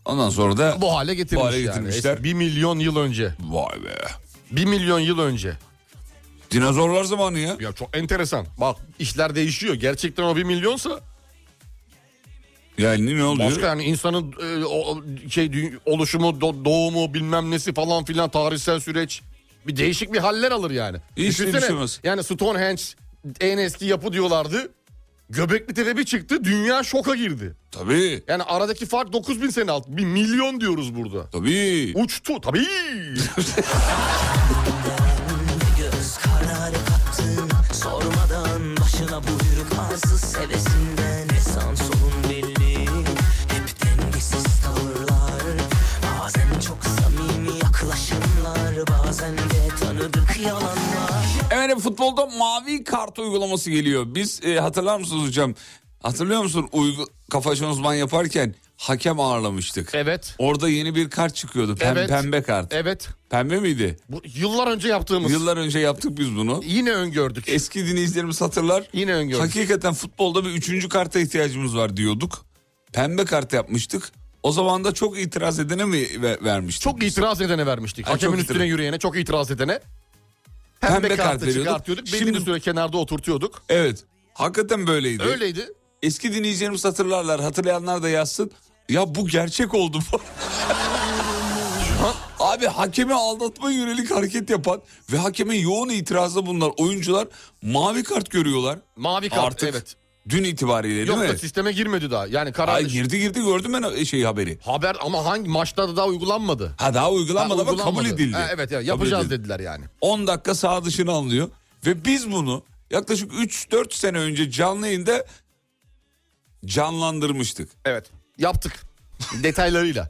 Ondan sonra da
Bu hale getirmiş
Bu hale
yani.
getirmişler.
Eski- Bir milyon yıl önce.
vay be.
Bir milyon yıl önce.
Dinozorlar zamanı ya.
Ya çok enteresan. Bak işler değişiyor. Gerçekten o bir milyonsa
Yani ne oluyor?
başka yani insanın e, o- o şey dü- oluşumu, do- doğumu bilmem nesi falan filan tarihsel süreç bir değişik bir haller alır yani.
Hiç şey
Düşünsene,
düşünmez.
Yani Stonehenge en eski yapı diyorlardı. Göbekli Tepe bir çıktı dünya şoka girdi.
Tabii.
Yani aradaki fark 9000 sene alt. Bir milyon diyoruz burada.
Tabii.
Uçtu tabii.
Göz kararı kattın sormadan başına buyruk arsız sevesinden Esan solun belli hep dengesiz tavırlar Bazen çok samimi yaklaşımlar bazen de tanıdık yalanlar
Efendim futbolda mavi kart uygulaması geliyor. Biz e, hatırlar mısınız hocam? Hatırlıyor musun uygu, kafa açan uzman yaparken hakem ağırlamıştık.
Evet.
Orada yeni bir kart çıkıyordu. Pem-
Evet.
Pembe kart.
Evet.
Pembe miydi?
Bu yıllar önce yaptığımız.
Yıllar önce yaptık biz bunu.
Yine öngördük.
Eski dinleyicilerimiz hatırlar.
Yine öngördük.
Hakikaten futbolda bir üçüncü karta ihtiyacımız var diyorduk. Pembe kart yapmıştık. O zaman da çok itiraz edene mi ve- vermiştik?
Çok itiraz edene vermiştik.
Ha,
Hakemin
çok
üstüne
itiraz.
yürüyene çok itiraz edene.
Pembe
Pembe,
kart
kartı
veriyorduk.
çıkartıyorduk. Belli
Şimdi-
bir süre kenarda oturtuyorduk.
Evet. Hakikaten böyleydi.
Öyleydi.
Eski dinleyicilerimiz hatırlarlar. Hatırlayanlar da yazsın. Ya bu gerçek oldu bu. Abi hakemi aldatma yönelik hareket yapan ve hakemin yoğun itirazda bunlar oyuncular mavi kart görüyorlar.
Mavi kart
Artık
evet.
dün itibariyle değil
Yok
mi?
da sisteme girmedi daha. Yani karar
Ay girdi girdi gördüm ben şey haberi.
haber ama hangi maçta da daha uygulanmadı.
Ha daha
Ha,
uygulanmadı ama kabul
uygulanmadı.
edildi.
Ha, evet ya
Kabul
yapacağız
edildi.
dediler yani.
10 dakika sağ dışına alınıyor ve biz bunu yaklaşık 3-4 sene önce canlı yayında canlandırmıştık.
Evet. Yaptık. Detaylarıyla.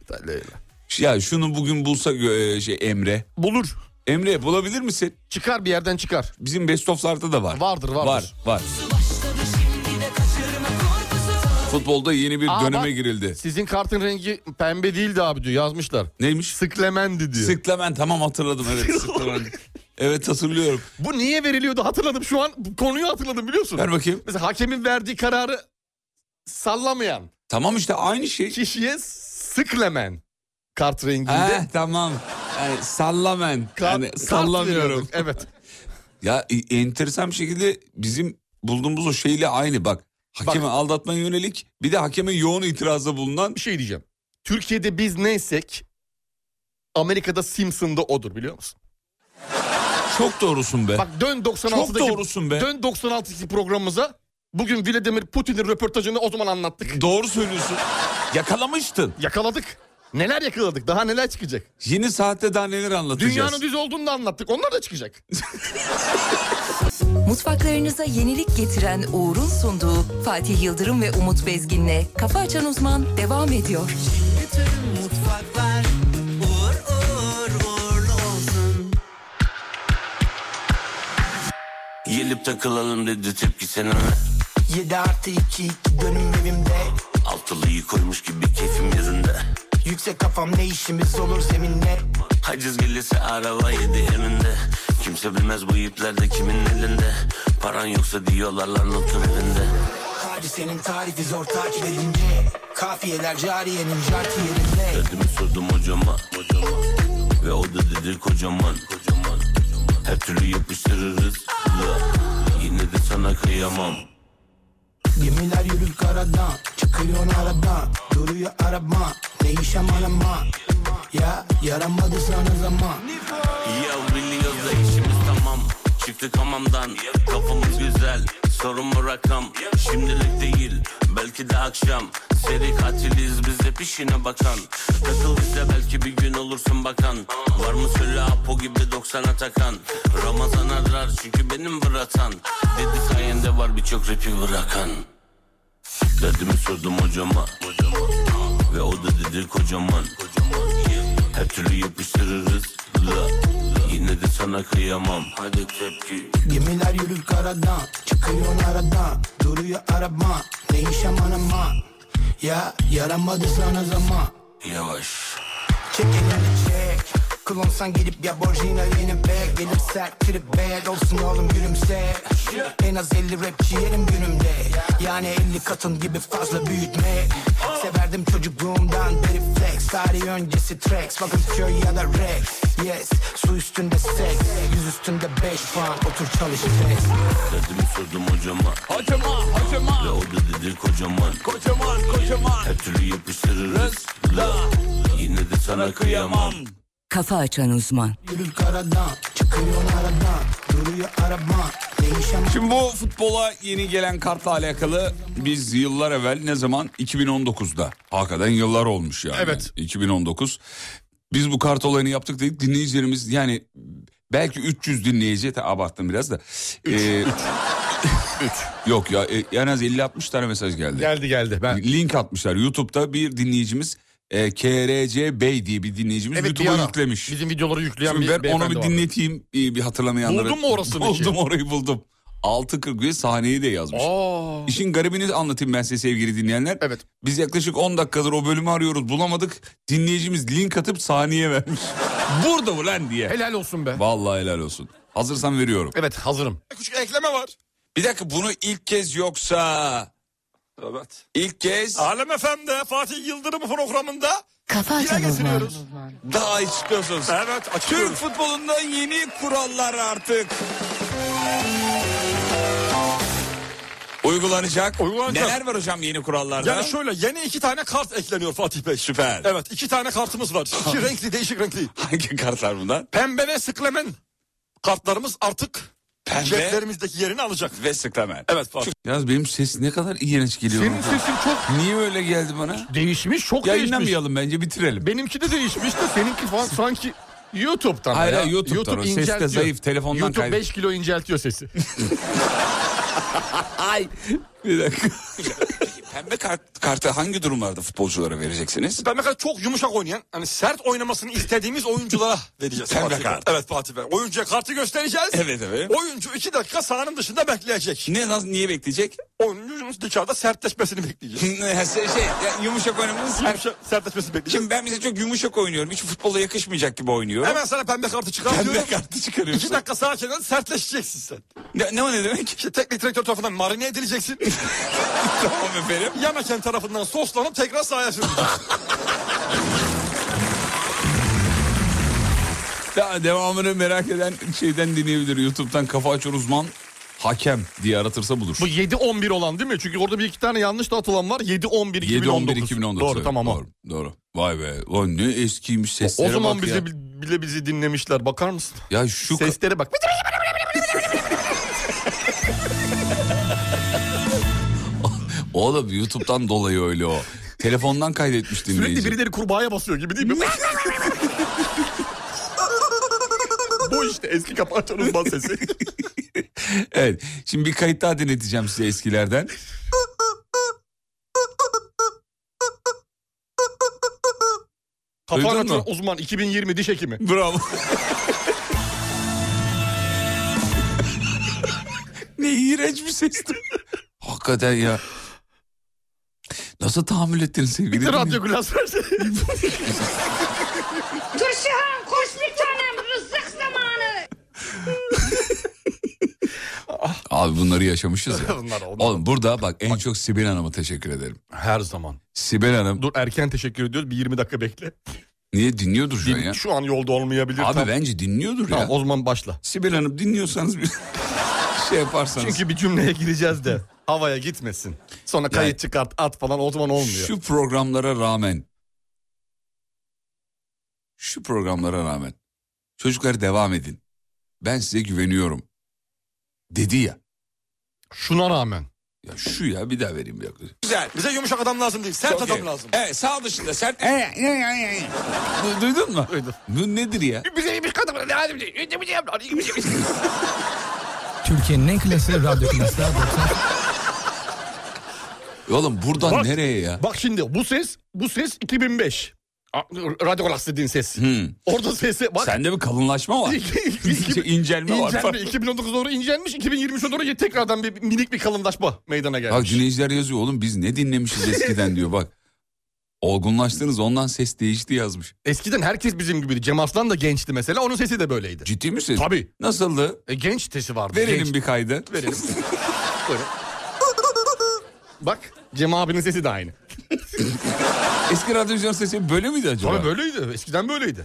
Detaylarıyla.
Ya şunu bugün bulsa gö- e, şey Emre.
Bulur.
Emre bulabilir misin?
Çıkar bir yerden çıkar.
Bizim best of'larda da var.
Vardır, vardır.
Var var. Futbolda yeni bir
Aa,
döneme
bak,
girildi.
Sizin kartın rengi pembe değildi abi diyor yazmışlar.
Neymiş?
Sıklemendi diyor.
Sıklamen tamam hatırladım evet. Sıklamen. evet hatırlıyorum.
Bu niye veriliyordu hatırladım şu an bu konuyu hatırladım biliyorsun.
Ver bakayım.
Mesela hakemin verdiği kararı sallamayan
Tamam işte aynı şey.
kişiye sıklemen kart renginde
Ha tamam. Yani sallamen.
kart,
yani
kart
sallamıyorum.
veriyorduk. Evet.
Ya e, enteresan bir şekilde bizim bulduğumuz o şeyle aynı bak. Hakeme aldatmaya yönelik bir de hakeme yoğun itirazda bulunan
Bir şey diyeceğim. Türkiye'de biz neysek Amerika'da Simpson'da odur biliyor musun?
çok doğrusun be.
Bak dön 96'daki
Çok doğrusun be.
Dön 96'daki programımıza. Bugün Vladimir Putin'in röportajını o zaman anlattık.
Doğru söylüyorsun. Yakalamıştın.
Yakaladık. Neler yakaladık? Daha neler çıkacak?
Yeni saatte daha neler anlatacağız.
Dünyanın düz olduğunu da anlattık. Onlar da çıkacak.
Mutfaklarınıza yenilik getiren Uğur'un sunduğu Fatih Yıldırım ve Umut Bezgin'le Kafa Açan Uzman devam ediyor.
Bütün mutfaklar uğur uğur uğurlu olsun
Gelip takılalım dedi tepki sana
7 artı 2 iki dönüm evimde
Altılıyı koymuş gibi keyfim yerinde
Yüksek kafam ne işimiz olur zeminle
Haciz gelirse araba yedi önünde Kimse bilmez bu iplerde kimin elinde Paran yoksa diyorlar lan otur evinde
Hadisenin tarifi zor takip edince Kafiyeler cariyenin jarki yerinde
Derdimi sordum hocama Hocama. Ve o da dedi kocaman Kocaman Her türlü yapıştırırız La. Yine de sana kıyamam
Gemiler yürür karadan Çıkıyor aradan Duruyor araba Ne işem arama Ya yaramadı sana zaman
Ya biliyoruz da işimiz tamam Çıktık hamamdan Kafamız güzel Sorun bu rakam Şimdilik değil Belki de akşam Seri katiliz biz hep işine bakan Takıl bize belki bir gün olursun bakan Var mı söyle Apo gibi 90'a takan Ramazan arar çünkü benim bıratan Dedi sayende var birçok rapi bırakan Derdimi sordum hocama Ve o da dedi kocaman Kocaman Her türlü yapıştırırız la. Yine de sana kıyamam Hadi tepki
Gemiler yürür karadan Çıkıyorsun aradan Duruyor araban Değişem anama Ya yaramadı sana zaman
Yavaş
Çek elini çek Klonsan gidip ya borcina yeni bag Gelip sert trip bad olsun oğlum gülümse En az 50 rapçi yerim günümde Yani 50 katın gibi fazla büyütme Severdim çocukluğumdan beri flex Tarih öncesi tracks Bakın köy ya da rex Yes su üstünde seks Yüz üstünde 5 puan otur çalış flex
Derdimi sordum hocama
Hocama, hocama,
Ve o da dedi kocaman
kocaman, kocaman.
Her türlü yapıştırırız la. Yine de sana kıyamam
Kafa açan uzman.
Yürür karadan Çıkıyorsun aradan Duruyor araban Değişen
Şimdi bu futbola yeni gelen kartla alakalı biz yıllar evvel ne zaman 2019'da hakikaten yıllar olmuş yani.
Evet.
2019. Biz bu kart olayını yaptık dedik dinleyicilerimiz yani belki 300 dinleyici te- abarttım biraz da. Ee, Yok ya e, en az 50-60 tane mesaj geldi.
Geldi geldi. Ben
Link atmışlar YouTube'da bir dinleyicimiz e, KRC Bey diye bir dinleyicimiz
Evet, bir
YouTube'a
ara
yüklemiş.
bizim videoları yükleyen
Şimdi
bir
ben onu
beyefendi
bir
var.
dinleteyim e, bir hatırlamayanlara.
Buldun mu orasını
Buldum
ki?
orayı buldum. 6.41 sahneyi de yazmış.
Aa,
İşin garibini anlatayım ben size sevgili dinleyenler.
Evet.
Biz yaklaşık 10 dakikadır o bölümü arıyoruz bulamadık. Dinleyicimiz link atıp sahneye vermiş. Burada mı lan diye.
helal olsun be.
Vallahi helal olsun. Hazırsan veriyorum.
Evet hazırım.
Küçük ekleme var. Bir dakika bunu ilk kez yoksa...
Evet
ilk kez
Alem FM'de Fatih Yıldırım programında
Kafa açan uzman.
daha istiyorsunuz.
evet
Türk
açıklıyoruz.
futbolunda yeni kurallar artık. Uygulanacak.
Uygulanacak.
Neler var hocam yeni kurallarda?
Yani şöyle yeni iki tane kart ekleniyor Fatih Bey.
Süper.
Evet iki tane kartımız var. İki renkli değişik renkli.
Hangi kartlar bunlar?
Pembe ve sıklemen kartlarımız artık
Pembe
ceplerimizdeki yerini alacak.
ve sıklemen.
Evet Fatih.
Yalnız benim ses ne kadar iğrenç geliyor.
Senin sesin çok
Niye öyle geldi bana?
değişmiş, çok değişmiş.
Yayınlamayalım bence bitirelim.
Benimki de değişmiş de seninki falan sanki YouTube'dan.
Hayır,
ya.
hayır, YouTube'dan o. Ses de
inceltiyor.
zayıf, telefondan
YouTube
kaydet-
5 kilo inceltiyor sesi.
Ay. Bir dakika. Peki, Pembe kart, kartı hangi durumlarda futbolculara vereceksiniz?
Pembe kart çok yumuşak oynayan, hani sert oynamasını istediğimiz oyunculara vereceğiz.
Pembe
Fatih Bey.
kart.
Evet Fatih Bey. Oyuncuya kartı göstereceğiz.
Evet, evet.
Oyuncu iki dakika sahanın dışında bekleyecek.
Ne lan niye bekleyecek?
Oyuncunun dışarıda sertleşmesini bekleyeceğiz.
şey, ya, yumuşak oynamanız
Yumuşa- sertleşmesini bekleyeceğiz.
Şimdi ben bize çok yumuşak oynuyorum. Hiç futbola yakışmayacak gibi oynuyorum.
Hemen sana pembe kartı çıkartıyorum.
Pembe kartı çıkarıyorsun.
İki dakika sağa kenarda sertleşeceksin sen.
Ne, ne o ne demek?
İşte teknik direktör tarafından marine edileceksin.
tamam efendim.
Yanaken tarafından soslanıp tekrar sahaya sürüleceksin.
Ya devamını merak eden şeyden dinleyebilir. Youtube'dan kafa açar uzman hakem diye aratırsa bulur.
Bu 7-11 olan değil mi? Çünkü orada bir iki tane yanlış da atılan var. 7-11-2019.
7-11-2019.
Doğru
evet,
tamam.
Doğru, doğru. Vay be. Lan ne eskiymiş seslere
O zaman
bak
bize
ya.
bile bizi dinlemişler. Bakar mısın?
Ya şu ka-
Seslere bak.
Oğlum YouTube'dan dolayı öyle o. Telefondan kaydetmiş dinleyici.
Sürekli birileri kurbağaya basıyor gibi değil mi? Bu işte eski kapağın uzman sesi.
Evet. Şimdi bir kayıt daha dinleteceğim size eskilerden.
Kafa
Duydun mu?
açan uzman 2020 diş hekimi.
Bravo. ne iğrenç bir sesti. Hakikaten ya. Nasıl tahammül ettin sevgili
Bir de
dinleyici?
radyo glas versene.
Turşihan koş bir tanem rızık zamanı.
Abi bunları yaşamışız ya.
Bunlar onlar.
Oğlum burada bak en çok Sibel Hanım'a teşekkür ederim.
Her zaman.
Sibel Hanım
Dur erken teşekkür ediyoruz. Bir 20 dakika bekle.
niye dinliyordur şu an
Din-
ya?
Şu an yolda olmayabilir.
Abi
tam.
bence dinliyordur ya.
Tamam o zaman başla.
Sibel Hanım dinliyorsanız bir şey yaparsanız.
Çünkü bir cümleye gireceğiz de havaya gitmesin. Sonra kayıt
Yani-
çıkart at falan o zaman olmuyor.
Şu programlara rağmen şu programlara rağmen çocuklar devam edin. Ben size güveniyorum. Dedi ya.
Şuna rağmen.
Ya şu ya bir daha vereyim bir dakika.
Güzel. Bize yumuşak adam lazım değil. Sert adam lazım. Ee,
Evet sağ dışında sen. Du- Duydun mu?
Duydum. şey,
Bu nedir ya?
Türkiye'nin en klasik radyo klasik
Oğlum buradan
Bak-
nereye ya?
Bak şimdi bu ses bu ses 2005. Radyo olarak istediğin ses. Orada sesi bak.
Sende bir kalınlaşma var. İncelme var.
İncelme. 2019 doğru incelmiş. 2023'e doğru tekrardan bir minik bir kalınlaşma meydana
Bak
gelmiş.
dinleyiciler yazıyor oğlum biz ne dinlemişiz eskiden diyor bak. Olgunlaştınız ondan ses değişti yazmış.
Eskiden herkes bizim gibiydi. Cem Arslan da gençti mesela. Onun sesi de böyleydi.
Ciddi misin?
Tabii.
Nasıldı?
E, genç sesi vardı.
Verelim
Genç.
bir kaydı.
Verelim. Buyurun. Bak Cem abinin sesi de aynı.
Eski radyocunun sesi böyle miydi acaba?
Tabii böyleydi. Eskiden böyleydi.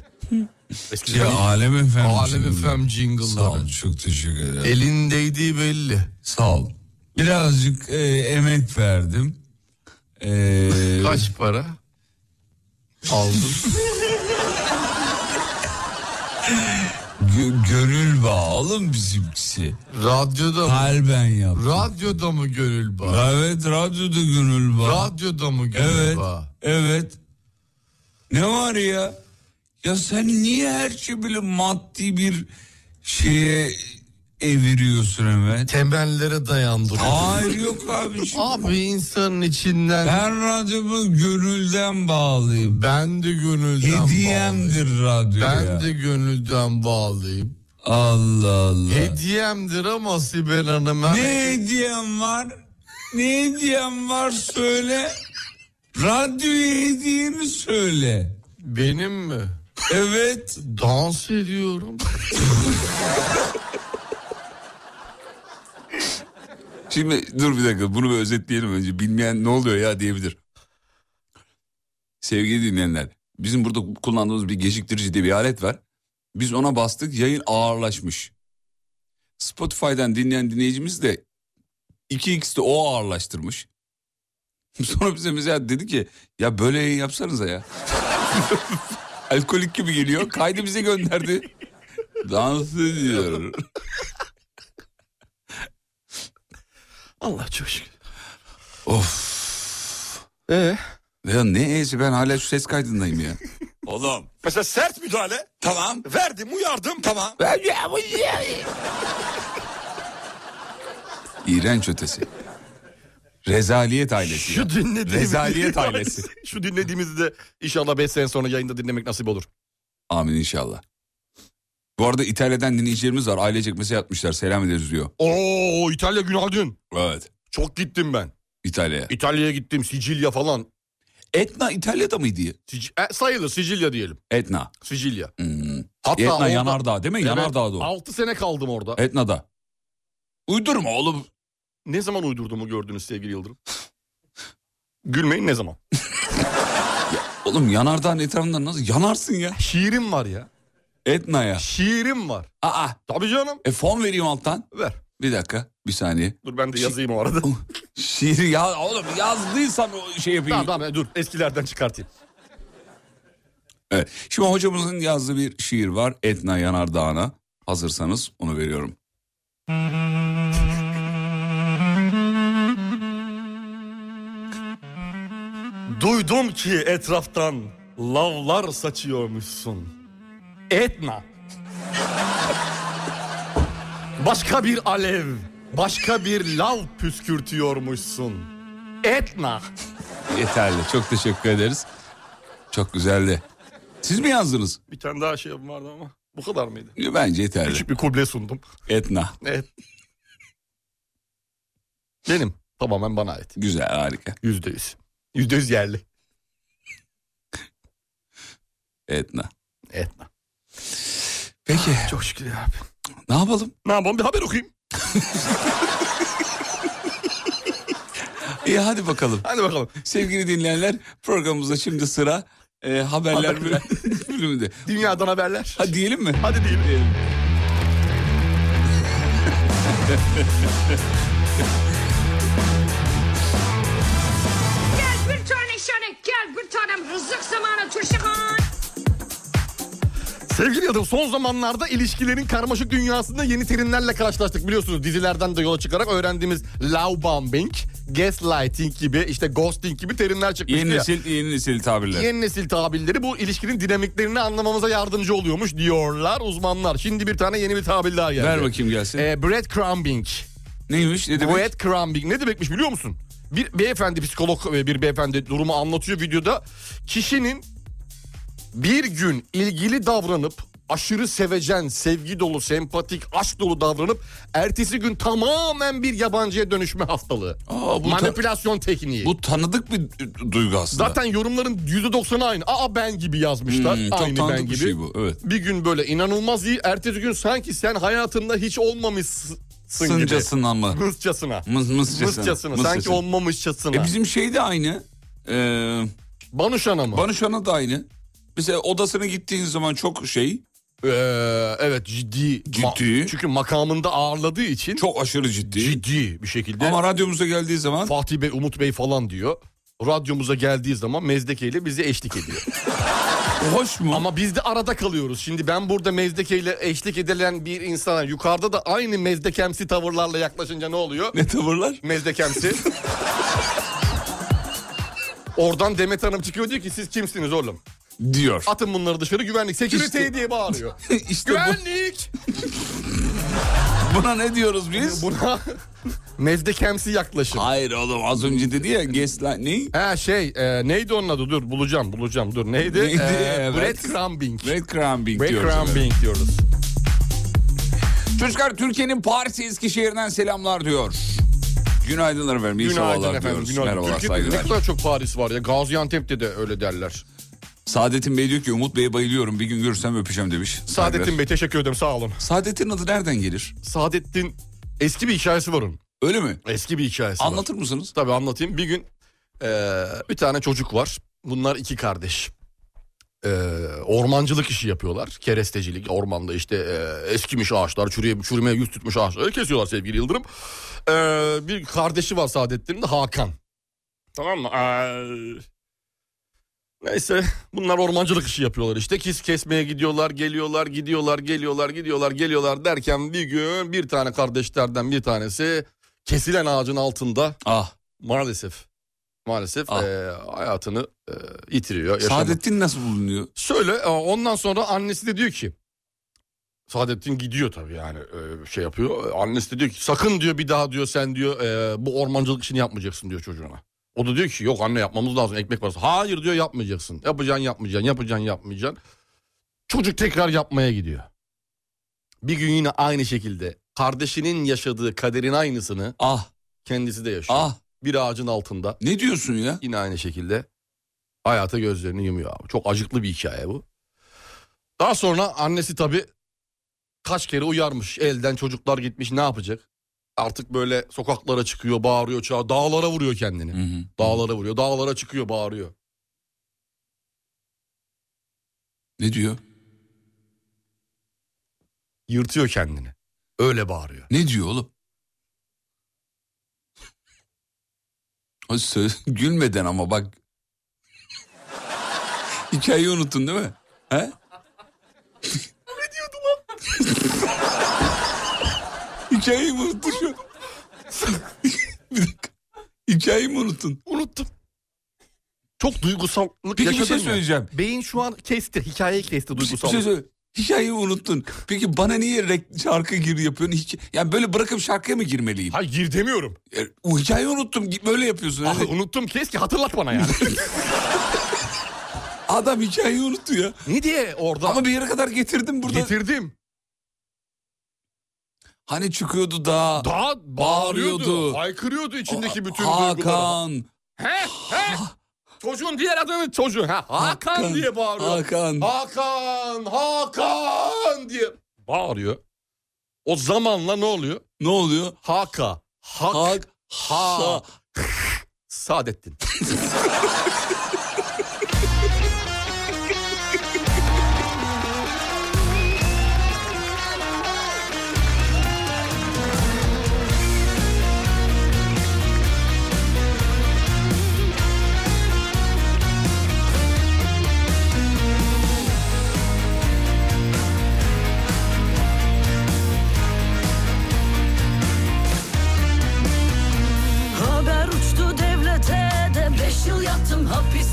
Eskiden
Ya Alem efem.
Alem
efem jingle'ları. Sağ olun çok teşekkür ederim. Elin değdiği belli. Sağ ol. Birazcık e, emek verdim. Kaç para? Aldım. Gö- gönül bağı oğlum bizimkisi. Radyoda mı? Kalben yaptım. Radyoda mı gönül bağı? Evet radyoda gönül bağı. Radyoda mı gönül evet, bağı? Evet. Ne var ya? Ya sen niye her şeyi böyle maddi bir şeye eviriyorsun hemen? Temellere dayandırıyorsun. Hayır yok abi.
Abi insanın içinden.
Ben radyomu gönülden bağlıyım.
Ben de gönülden
Hediyemdir radyo
Ben
ya.
de gönülden bağlıyım.
Allah Allah.
Hediyemdir ama Sibel Hanım.
Ne hediyem var? Ne hediyem var söyle. Radyoya hediyemi söyle.
Benim mi?
Evet.
Dans ediyorum.
Şimdi dur bir dakika bunu bir özetleyelim önce. Bilmeyen ne oluyor ya diyebilir. Sevgili dinleyenler bizim burada kullandığımız bir geciktirici diye bir alet var. Biz ona bastık yayın ağırlaşmış. Spotify'dan dinleyen dinleyicimiz de 2x'te o ağırlaştırmış. Sonra bize mesela dedi ki ya böyle yayın yapsanıza ya. Alkolik gibi geliyor. Kaydı bize gönderdi. Dans ediyor.
Allah çok şükür.
Of.
Ee?
Ya ne e'si ben hala şu ses kaydındayım ya. Oğlum.
Mesela sert müdahale.
Tamam.
Verdim uyardım. Tamam.
İğrenç ötesi. Rezaliyet ailesi. ya.
Şu dinlediğimiz...
Rezaliyet ailesi.
Şu dinlediğimizi de inşallah 5 sene sonra yayında dinlemek nasip olur.
Amin inşallah. Bu arada İtalya'dan dinleyicilerimiz var. Ailecek mesaj atmışlar. Selam ederiz diyor.
Oo İtalya günaydın.
Evet.
Çok gittim ben.
İtalya'ya.
İtalya'ya gittim Sicilya falan.
Etna İtalya'da mıydı?
Sic- e, sayılır Sicilya diyelim.
Etna.
Sicilya.
Hatta Etna Yanardağ değil mi? Yanardağ'da o.
6 sene kaldım orada.
Etna'da. Uydurma oğlum.
Ne zaman uydurduğumu gördünüz sevgili Yıldırım? Gülmeyin ne zaman?
Oğlum yanardağın etrafından nasıl yanarsın ya?
Şiirim var ya.
Etna ya.
Şiirim var.
Aa.
Tabii canım.
E fon vereyim alttan.
Ver.
Bir dakika. Bir saniye.
Dur ben de yazayım o arada.
Şiiri ya oğlum yazdıysam o şey yapayım.
Tamam tamam dur eskilerden çıkartayım.
Evet. Şimdi hocamızın yazdığı bir şiir var. Etna Yanardağ'ına. Hazırsanız onu veriyorum.
Duydum ki etraftan lavlar saçıyormuşsun. Etna. Başka bir alev, başka bir lav püskürtüyormuşsun. Etna.
Yeterli. Çok teşekkür ederiz. Çok güzeldi. Siz mi yazdınız?
Bir tane daha şey vardı ama bu kadar mıydı?
Bence yeterli.
Küçük bir kuble sundum.
Etna.
Evet. Benim. Tamamen bana ait.
Güzel harika.
Yüzde yüz. Yüzde yüz yerli.
Etna.
Etna.
Peki.
Çok şükür ya abi.
Ne yapalım?
Ne yapalım bir haber okuyayım.
İyi hadi bakalım.
Hadi bakalım.
Sevgili dinleyenler programımızda şimdi sıra e, haberler bölüm- bölümünde.
Dünyadan haberler.
Hadi diyelim mi?
Hadi diyelim. diyelim.
Gel bir tane şönek gel bir tanem rızık zamanı turşu kan.
Sevgili Yıldırım son zamanlarda ilişkilerin karmaşık dünyasında yeni terimlerle karşılaştık. Biliyorsunuz dizilerden de yola çıkarak öğrendiğimiz love bombing, gaslighting gibi işte ghosting gibi terimler çıkmıştı
Yeni
ya.
nesil, yeni nesil tabirler.
Yeni nesil tabirleri bu ilişkinin dinamiklerini anlamamıza yardımcı oluyormuş diyorlar uzmanlar. Şimdi bir tane yeni bir tabir daha geldi.
Ver bakayım gelsin.
Ee, breadcrumbing.
Neymiş? Ne demek?
Breadcrumbing ne demekmiş biliyor musun? Bir beyefendi psikolog e, bir beyefendi durumu anlatıyor videoda. Kişinin Bir gün ilgili davranıp aşırı sevecen, sevgi dolu, sempatik, aşk dolu davranıp ertesi gün tamamen bir yabancıya dönüşme hastalığı.
Aa, bu ta-
Manipülasyon tekniği.
Bu tanıdık bir duygu aslında.
Zaten yorumların %90'ı aynı. Aa ben gibi yazmışlar.
Hmm, çok
aynı
tanıdık
ben
bir
gibi.
şey bu, evet.
Bir gün böyle inanılmaz iyi. Ertesi gün sanki sen hayatında hiç olmamışsın gibi.
Sıncasına mı?
Mısçasına.
Mıs, mısçasına.
Mısçasına. Sanki
Mısçasına.
olmamışçasına.
E bizim şey de aynı. Ee,
Banuşana mı?
Banuşana da aynı. Mesela odasına gittiğin zaman çok şey.
Ee, evet ciddi.
Ciddi.
Çünkü makamında ağırladığı için.
Çok aşırı ciddi.
Ciddi bir şekilde.
Ama radyomuza geldiği zaman.
Fatih Bey, Umut Bey falan diyor. Radyomuza geldiği zaman mezdekeyle bize eşlik ediyor.
Hoş mu?
Ama biz de arada kalıyoruz. Şimdi ben burada mezdekeyle eşlik edilen bir insana yukarıda da aynı mezdekemsi tavırlarla yaklaşınca ne oluyor?
Ne tavırlar?
Mezdekemsi. Oradan Demet Hanım çıkıyor diyor ki siz kimsiniz oğlum?
Diyor.
Atın bunları dışarı güvenlik. Security
İşte-
diye bağırıyor.
İşte bu-
güvenlik.
Buna ne diyoruz biz?
Buna mezdekemsi yaklaşım.
Hayır oğlum az önce dedi ya gesla ne?
He şey e, neydi onun adı dur bulacağım bulacağım dur neydi?
Neydi?
E,
Evet.
Breadcrumbing.
Breadcrumbing diyoruz.
Breadcrumbing diyoruz.
Çocuklar Türkiye'nin Paris Eskişehir'den selamlar diyor. Günaydınlar efendim. iyi sabahlar
Günaydın efendim.
diyoruz.
Günaydın.
Merhabalar
Türkiye'de
saygılar.
Ne kadar çok Paris var ya. Gaziantep'te de öyle derler.
Saadettin Bey diyor ki Umut Bey'e bayılıyorum. Bir gün görürsem öpeceğim demiş.
Saadettin Bey teşekkür ederim sağ olun.
Saadettin adı nereden gelir?
Saadettin eski bir hikayesi var onun.
Öyle mi?
Eski bir hikayesi var.
Anlatır mısınız?
Tabii anlatayım. Bir gün eee, bir tane çocuk var. Bunlar iki kardeş. Eee, ormancılık işi yapıyorlar. Kerestecilik ormanda işte eee, eskimiş ağaçlar çürüye, çürümeye yüz tutmuş ağaçları kesiyorlar sevgili Yıldırım. Eee, bir kardeşi var Saadettin'in de Hakan. Tamam mı? Eee, Neyse bunlar ormancılık işi yapıyorlar işte. Kis kesmeye gidiyorlar, geliyorlar, gidiyorlar, geliyorlar, gidiyorlar, geliyorlar derken bir gün bir tane kardeşlerden bir tanesi kesilen ağacın altında
ah
maalesef maalesef eee, hayatını eee, yitiriyor. yaşamını-
Saadettin nasıl bulunuyor?
Söyle e, ondan sonra annesi de diyor ki Saadettin gidiyor tabii yani e, şey yapıyor. E, Annesi de diyor ki sakın diyor bir daha diyor sen diyor e, bu ormancılık işini yapmayacaksın diyor çocuğuna. O da diyor ki yok anne yapmamız lazım ekmek parası. Hayır diyor yapmayacaksın. Yapacaksın yapmayacaksın yapacaksın yapmayacaksın. Çocuk tekrar yapmaya gidiyor. Bir gün yine aynı şekilde kardeşinin yaşadığı kaderin aynısını
ah
kendisi de yaşıyor.
Ah.
Bir ağacın altında.
Ne diyorsun ya?
Yine aynı şekilde hayata gözlerini yumuyor abi. Çok acıklı bir hikaye bu. Daha sonra annesi tabii kaç kere uyarmış. Elden çocuklar gitmiş ne yapacak? Artık böyle sokaklara çıkıyor, bağırıyor, çağ dağlara vuruyor kendini. Dağlara vuruyor, dağlara çıkıyor, bağırıyor.
Ne diyor?
Yırtıyor kendini. Öyle bağırıyor.
Ne diyor oğlum? Ay söz- Gülmeden ama bak. Hikayeyi unuttun değil mi? He?
ne diyordum lan?
Hikayeyi mi unuttun şu an? Bir dakika. Hikayeyi mi unuttun?
Unuttum. Çok duygusallık
Peki bir
yaşadın
şey
ya.
söyleyeceğim.
Beyin şu an kesti, hikayeyi kesti
Bir şey
duygusallık.
söyle. Hikayeyi unuttun. Peki bana niye rek- şarkı gir yapıyorsun? Hiç... Yani böyle bırakıp şarkıya mı girmeliyim? E,
Hayır gir demiyorum.
O hikayeyi unuttum. Gi- Böyle yapıyorsun.
Ah, unuttum keşke hatırlat bana yani.
Adam hikayeyi unuttu ya.
Ne diye orada?
Ama bir yere kadar getirdim burada.
Getirdim.
Hani çıkıyordu da.
Daha bağırıyordu.
Bağırıyordu.
Haykırıyordu içindeki bütün duyguları.
Hakan.
He he. Çocuğun diğer adını çocuğun. Ha, Hakan,
Hakan,
diye bağırıyor.
Hakan.
Hakan. Hakan diye bağırıyor. O zamanla ne oluyor?
Ne oluyor?
Haka. Hak.
Hak.
Ha.
Sa-
Saadettin.
Haber uçtu devlete de Beş yıl yattım hapis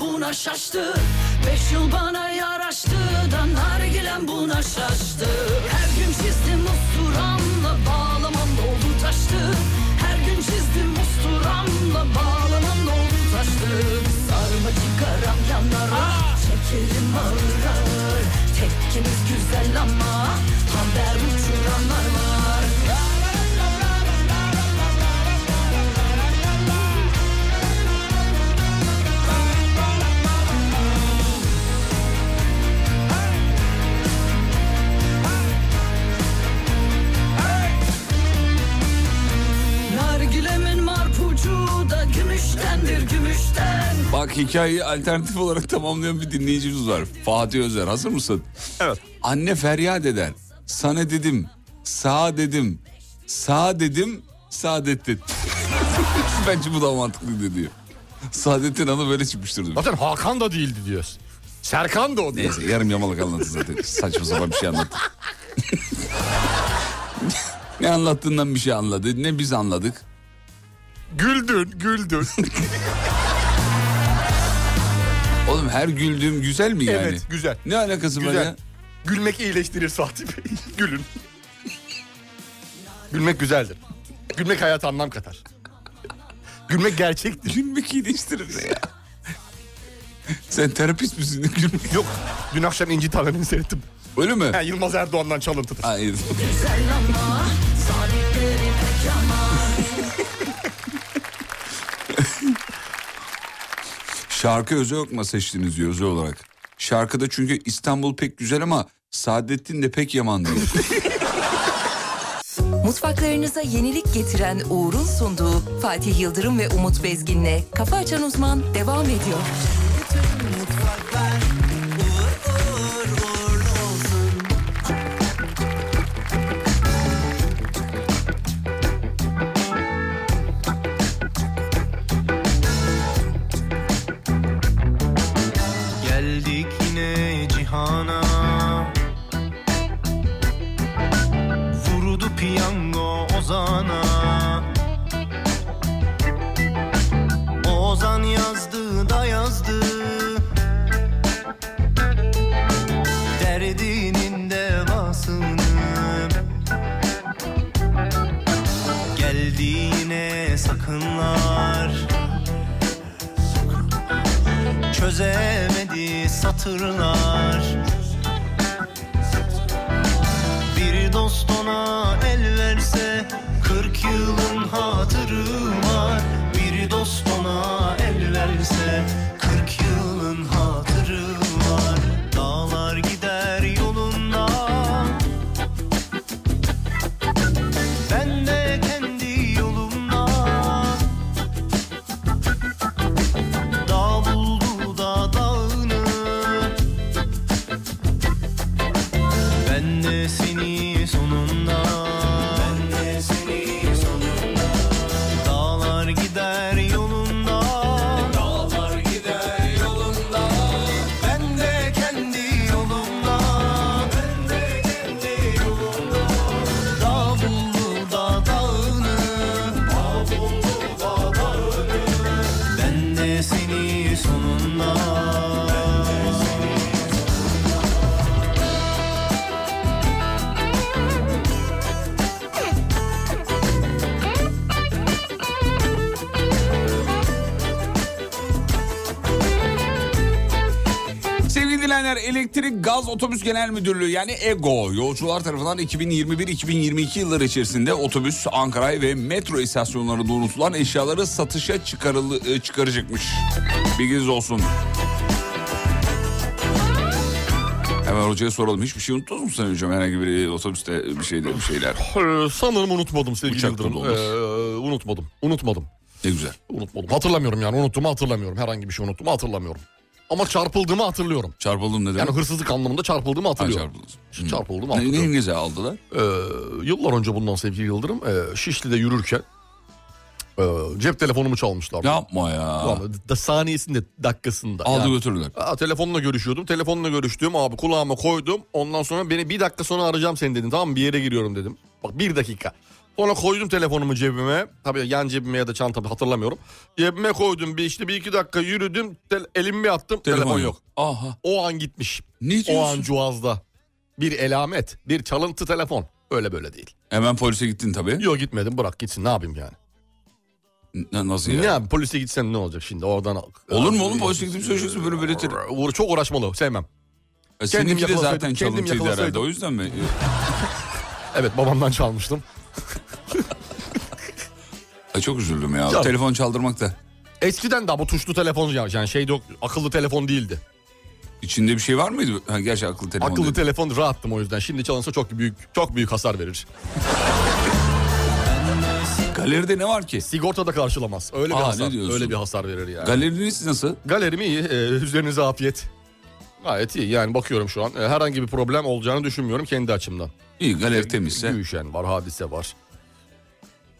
buna şaştı Beş yıl bana yaraştı da nargilem buna şaştı Her gün çizdim usturamla bağlamam doldu taştı Her gün çizdim usturamla bağlamam doldu taştı Sarma çıkaram yanlara çekerim ağır ağır Tepkimiz güzel ama haber uçuranlar var Nargilemin marpucu da gümüştendir gümüşten
Bak hikayeyi alternatif olarak tamamlayan bir dinleyicimiz var. Fatih Özer hazır mısın? Evet. Anne feryat eder. Sana dedim, sağ dedim, sağ dedim, saadettin. Bence bu daha mantıklıydı diyor. Saadettin adı böyle çıkmıştır diyor.
Zaten Hakan da değildi diyor. Serkan da o diyor.
Neyse yarım yamalak anlattı zaten. Saçma sapan bir şey anlattı. ne anlattığından bir şey anladı ne biz anladık.
Güldün, güldün.
Oğlum her güldüğüm güzel mi yani?
Evet, güzel.
Ne alakası var
Güzel.
ya?
Gülmek iyileştirir Fatih Bey. Gülün. Gülmek güzeldir. Gülmek hayata anlam katar. Gülmek gerçektir.
Gülmek iyileştirir ya. Sen terapist misin? Gülmek.
Yok. Dün akşam İnci Tarlanı'nı seyrettim.
Öyle mi?
He, Yılmaz Erdoğan'dan çalıntıdır.
Hayır.
Güzel ama saadetleri pek ama
Şarkı özel okuma seçtiniz diyor özel olarak. Şarkıda çünkü İstanbul pek güzel ama Saadettin de pek yaman diyor.
Mutfaklarınıza yenilik getiren Uğur'un sunduğu Fatih Yıldırım ve Umut Bezgin'le Kafa Açan Uzman devam ediyor.
Geldik yine cihana Vurdu piyango Ozan'a Ozan yazdı da yazdı Derdinin devasını Geldi yine sakınlar çözemedi satırlar Bir dost ona el verse 40 yılın hatırı var Bir dost ona el verse 40 yılın hatırı var Dağlar gider yolunda Ben de kendi yolumda Dağ buldu da dağını Ben de seni sonunda Ben de seni sonunda Dağlar gider yolunda Dağlar gider yolunda Ben de kendi yolumda Ben de kendi yolumda Dağ buldu da dağını Dağ buldu da dağını ben de seni sonunda
Sevgili dinleyenler Elektrik Gaz Otobüs Genel Müdürlüğü yani EGO yolcular tarafından 2021-2022 yılları içerisinde otobüs, Ankara ve metro istasyonlarında unutulan eşyaları satışa çıkarılı, e, çıkaracakmış. Bilginiz olsun. Hemen hocaya soralım. Hiçbir şey unuttunuz mu sen hocam? Herhangi bir e, otobüste bir şeyler, bir şeyler.
Ee, Sanırım unutmadım sevgili
Uçakta
Yıldırım.
da olur.
Ee, unutmadım. Unutmadım.
Ne güzel.
Unutmadım. Hatırlamıyorum yani. Unuttuğumu hatırlamıyorum. Herhangi bir şey unuttuğumu hatırlamıyorum. Ama çarpıldığımı hatırlıyorum.
Çarpıldım ne demek?
Yani hırsızlık anlamında çarpıldığımı hatırlıyorum.
Hmm.
Çarpıldım
Ne-
hatırlıyorum.
neyinize aldılar?
Ee, yıllar önce bundan sevgili Yıldırım. ee, Şişli'de yürürken ee, cep telefonumu çalmışlar.
Yapma ya.
Da, saniyesinde dakikasında.
Aldı götürdüler.
Aa, telefonla görüşüyordum. Telefonla görüştüğüm abi kulağıma koydum. Ondan sonra beni bir dakika sonra arayacağım seni dedim. Tamam mı? bir yere giriyorum dedim. Bak bir dakika. Sonra koydum telefonumu cebime. Tabii yan cebime ya da çantamı hatırlamıyorum. Cebime koydum. Bir işte bir iki dakika yürüdüm. Tel- elimi bir attım. Telefon, yok.
Aha.
O an gitmiş.
Ne
O
diyorsun?
an cuazda. Bir elamet, bir çalıntı telefon. Öyle böyle değil.
Hemen polise gittin tabii.
Yok gitmedim bırak gitsin ne yapayım yani.
nasıl
ya? Ne yapayım polise gitsen ne olacak şimdi oradan.
Olur mu oğlum? Polise gidip söyleyeceksin, böyle belirtir.
Uğur çok uğraşmalı sevmem.
E,
Kendim
seninki de
yakalasaydım,
zaten
kendim
çalıntıydı herhalde
yakalasaydım.
o yüzden mi?
Evet babamdan çalmıştım.
Ay, çok üzüldüm ya.
Ya.
Telefon çaldırmak da.
Eskiden daha bu tuşlu telefon ya- yani şey yok akıllı telefon değildi.
İçinde bir şey var mıydı? Ha, gerçi akıllı telefon.
akıllı telefon rahattım o yüzden. Şimdi çalınsa çok büyük çok büyük hasar verir.
Galeride ne var ki?
Sigortada karşılamaz. Öyle bir
Aa, ne
hasar.
diyorsun?
Öyle bir hasar verir yani.
Galeriniz nasıl?
Galerim iyi. Ee, üzerinize afiyet. Gayet iyi. Yani bakıyorum şu an. Ee, herhangi bir problem olacağını düşünmüyorum kendi açımdan.
İyi galeri temizse.
Büyüşen var, hadise var.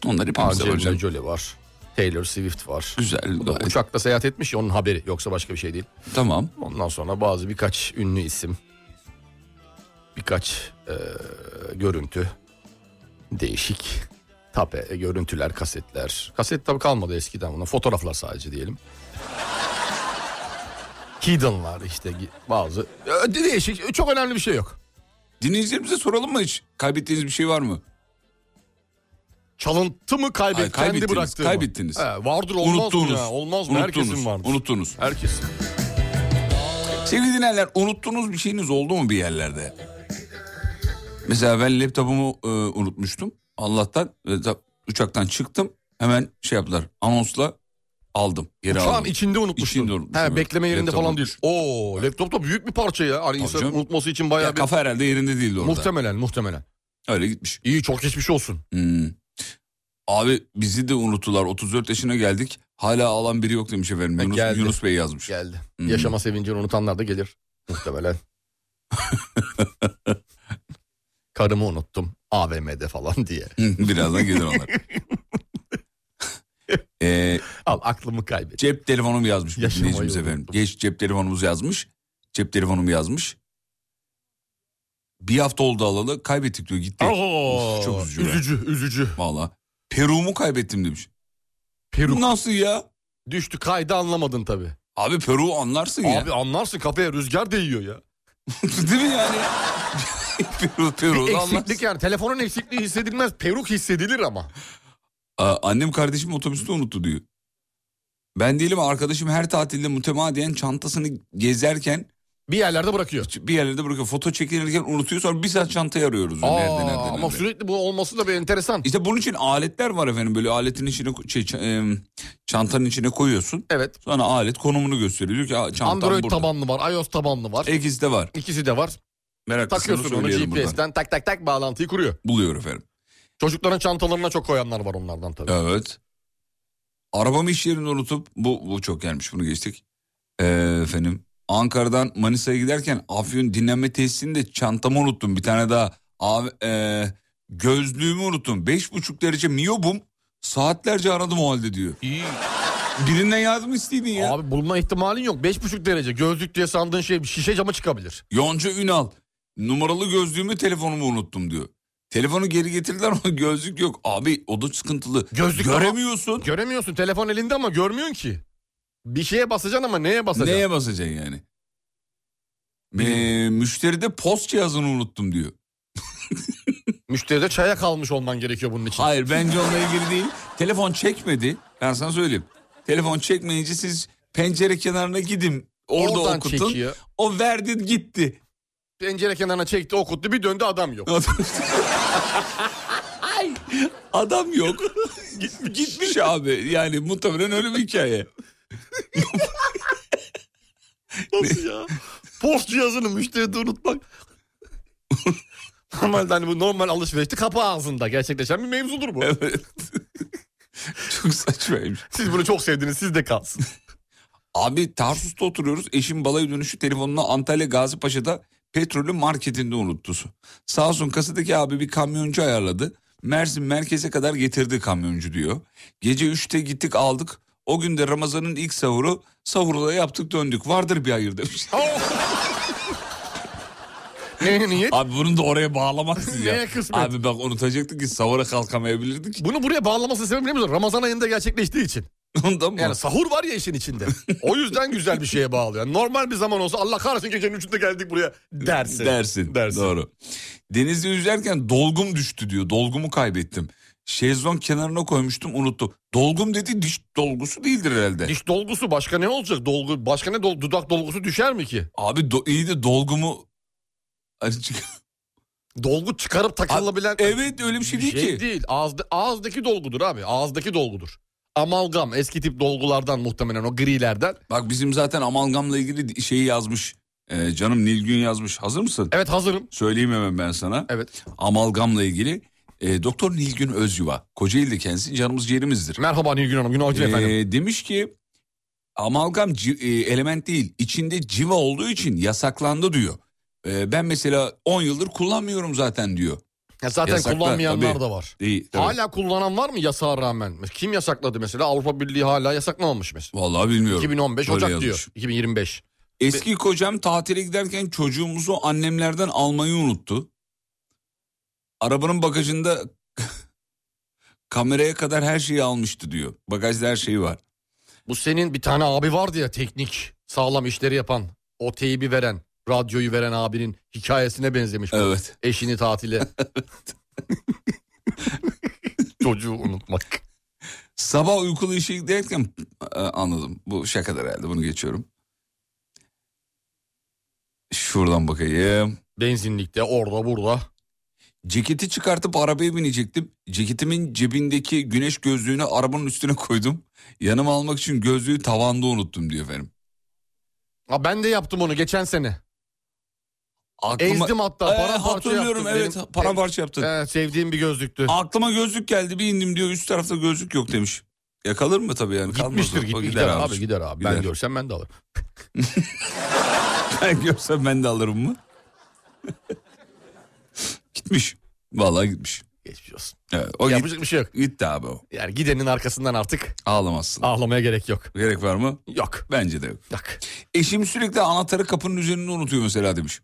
Onları hepimiz de var
Angelina
canım.
Jolie var. Taylor Swift var.
Güzel.
O da uçakla seyahat etmiş ya, onun haberi. Yoksa başka bir şey değil.
E, Tamam.
Ondan sonra bazı birkaç ünlü isim. Birkaç eee, görüntü. Değişik. Tape, e, görüntüler, kasetler. Kaset tabii kalmadı eskiden buna. Fotoğraflar sadece diyelim. Hidden'lar işte gi- bazı. Ee, Değişik. Çok önemli bir şey yok.
Dinleyicilerimize soralım mı hiç? Kaybettiğiniz bir şey var mı?
Çalıntı mı kaybet?
Hayır,
kendi
kaybettiniz,
bıraktığımı.
kaybettiniz.
He, vardır olmaz
Unuttunuz,
mı ya? Olmaz mı?
unuttunuz,
Herkesin vardır.
Unuttunuz.
Herkesin.
Sevgili dinleyenler unuttuğunuz bir şeyiniz oldu mu bir yerlerde? Mesela ben laptopumu e, unutmuştum. Allah'tan e, ta- uçaktan çıktım. Hemen şey yaptılar anonsla aldım. Geri
Şu an
aldım.
içinde unutmuşsun.
İçinde unutmuşum,
He,
evet.
bekleme yerinde
Laptop
falan değil. Oo, laptop da büyük bir parça ya. Hani insanın
canım.
unutması için bayağı
Ya
bir...
kafa herhalde yerinde değildi orada.
Muhtemelen, muhtemelen.
Öyle gitmiş. Hmm.
İyi çok geçmiş olsun.
Abi bizi de unuttular. 34 yaşına geldik. Hala alan biri yok demiş efendim. Yunus,
geldi.
Yunus Bey yazmış.
Geldi.
Hmm.
Yaşama sevincini unutanlar da gelir. Muhtemelen. Karımı unuttum AVM'de falan diye.
Birazdan gelir onlar. Ee,
Al aklımı kaybet.
Cep telefonum yazmış. bir
Yaşamayı
dinleyicimiz efendim. Geç cep telefonumuz yazmış. Cep telefonum yazmış. Bir hafta oldu alalı kaybettik diyor gitti.
Oo,
Of, çok üzücü.
üzücü, üzücü.
Valla. Peru'mu kaybettim demiş.
Peru.
Nasıl ya?
Düştü kaydı anlamadın tabii.
Abi Peru anlarsın ya.
Abi anlarsın kafaya rüzgar değiyor ya.
Değil mi yani? Peru, Peru
Bir
da
eksiklik yani. Telefonun eksikliği hissedilmez. Peruk hissedilir ama.
Aa, annem kardeşim otobüste unuttu diyor. Ben değilim arkadaşım her tatilde mütemadiyen çantasını gezerken
bir yerlerde bırakıyor.
Bir yerlerde bırakıyor. Foto çekinirken unutuyor sonra bir saat çantayı arıyoruz.
Aa,
nerede, nerede,
ama
nerede.
sürekli bu olması da bir enteresan.
İşte bunun için aletler var efendim. Böyle aletin içine ko- şey, ç- e, çantanın içine koyuyorsun.
Evet.
Sonra alet konumunu gösteriyor. Diyor ki "Aa, çantam
Android
burada.
tabanlı var, iOS tabanlı var.
İkisi de var.
İkisi de var.
Meraklısını
Takıyorsun onu
söyleyelim buradan.
GPS'ten tak tak tak bağlantıyı kuruyor.
Buluyor efendim.
Çocukların çantalarına çok koyanlar var onlardan tabii.
Evet. Arabamı iş yerinde unutup bu bu çok gelmiş bunu geçtik. Ee, efendim Ankara'dan Manisa'ya giderken Afyon dinlenme tesisinde çantamı unuttum. Bir tane daha Av- e, gözlüğümü unuttum. Beş buçuk derece miyobum saatlerce aradım o halde diyor. Birinden yardım isteydin ya.
Abi bulma ihtimalin yok. 5,5 derece gözlük diye sandığın şey şişe cama çıkabilir.
Yonca Ünal numaralı gözlüğümü telefonumu unuttum diyor. Telefonu geri getirdiler ama gözlük yok. Abi o da sıkıntılı.
Gözlük
Göremiyorsun.
Göremiyorsun. Telefon elinde ama görmüyorsun ki. Bir şeye basacaksın ama neye basacaksın?
Neye basacaksın yani? Ee, müşteride post cihazını unuttum diyor.
Müşteride çaya kalmış olman gerekiyor bunun için.
Hayır bence onunla ilgili değil. Telefon çekmedi. Ben sana söyleyeyim. Telefon çekmeyince siz pencere kenarına gidin. Orada
Oradan
okutun.
çekiyor.
O verdi gitti.
Pencere kenarına çekti okuttu bir döndü adam yok.
Ay, adam yok. Gitmiş. Gitmiş abi. Yani muhtemelen öyle bir hikaye.
Nasıl ya? Post cihazını müşteride unutmak. Normalde hani bu normal alışverişte kapı ağzında gerçekleşen bir mevzudur bu.
Evet. çok saçmaymış.
Siz bunu çok sevdiniz siz de kalsın.
Abi Tarsus'ta oturuyoruz. Eşim balaya dönüşü telefonunu Antalya Gazipaşa'da petrolün marketinde unuttu. Sağ olsun kasadaki abi bir kamyoncu ayarladı. Mersin merkeze kadar getirdi kamyoncu diyor. Gece 3'te gittik aldık. O gün de Ramazan'ın ilk sahuru
Oh!
sahurda yaptık döndük. Vardır bir hayır demiş.
Neye niyet?
Abi bunu da oraya bağlamazsın ya.
Neye kısmet?
Abi bak unutacaktık ki savura kalkamayabilirdik.
Bunu buraya bağlaması sebebi ne biliyor musun? Ramazan ayında gerçekleştiği için.
Ondan mı?
Yani sahur var ya işin içinde. o yüzden güzel bir şeye bağlıyor. Yani normal bir zaman olsa Allah kahretsin gecenin üçünde geldik buraya dersin.
Dersin. Doğru. Denizde yüzerken dolgum düştü diyor. Dolgumu kaybettim. Şezlong kenarına koymuştum unuttum. Dolgum dedi diş dolgusu değildir herhalde.
Diş dolgusu başka ne olacak? Dolgu başka ne dol- dudak dolgusu düşer mi ki?
Abi do- iyi de dolgumu Hani çık-
Dolgu çıkarıp takılabilen...
Evet öyle bir şey değil ki.
değil. Ağızda, ağızdaki dolgudur abi. Ağızdaki dolgudur. Amalgam eski tip dolgulardan muhtemelen o grilerden.
Bak bizim zaten amalgamla ilgili şeyi yazmış. Ee, canım Nilgün yazmış. Hazır mısın?
Evet hazırım.
Söyleyeyim hemen ben sana.
Evet.
Amalgamla ilgili e, Doktor Nilgün Özyuva. Kocaeli'de kendisi canımız ciğerimizdir. E,
Merhaba Nilgün Hanım. Günaydın efendim.
Demiş ki amalgam ci- e, element değil içinde civa olduğu için yasaklandı diyor. Ee, ben mesela 10 yıldır kullanmıyorum zaten diyor.
Ya zaten kullanmayanlar
tabii.
da var.
Değil, evet.
Hala kullanan var mı yasağa rağmen? Kim yasakladı mesela? Avrupa Birliği hala yasaklamamış mesela.
Vallahi bilmiyorum.
2015
Böyle
Ocak
yazmış.
diyor. 2025.
Eski kocam tatile giderken çocuğumuzu annemlerden almayı unuttu. Arabanın bagajında kameraya kadar her şeyi almıştı diyor. Bagajda her şeyi var.
Bu senin bir tane abi vardı ya teknik sağlam işleri yapan o teybi veren radyoyu veren abinin hikayesine benzemiş. bu.
Evet.
Eşini tatile. Çocuğu unutmak.
Sabah uykulu işe giderken Aa, anladım. Bu şakadır herhalde. Bunu geçiyorum. Şuradan bakayım.
Benzinlikte orada burada.
Ceketi çıkartıp arabaya binecektim. Ceketimin cebindeki güneş gözlüğünü arabanın üstüne koydum. Yanıma almak için gözlüğü tavanda unuttum diyor efendim.
Ha, ben de yaptım onu geçen sene.
Aklıma-
Ezdim hatta
Ee,
para parça
hatırlıyorum,
yaptım.
evet, paramparça yaptın.
Evet, sevdiğim bir gözlüktü.
Aklıma gözlük geldi bir indim diyor üst tarafta gözlük yok demiş. Ya kalır mı tabii yani? Kalmaz
Gitmiştir
o. O
git, gider, abi, gider abi. Ben
Gider.
görsem ben de alırım.
ben görsem ben de alırım mı? gitmiş. Vallahi gitmiş.
Geçmiş olsun.
Evet, o
Yapacak
git-
bir şey yok.
Gitti abi o.
Yani gidenin arkasından artık
Ağlamazsın.
ağlamaya gerek yok.
Gerek var mı?
Yok.
Bence de yok. Eşim sürekli anahtarı kapının üzerinde unutuyor mesela demiş.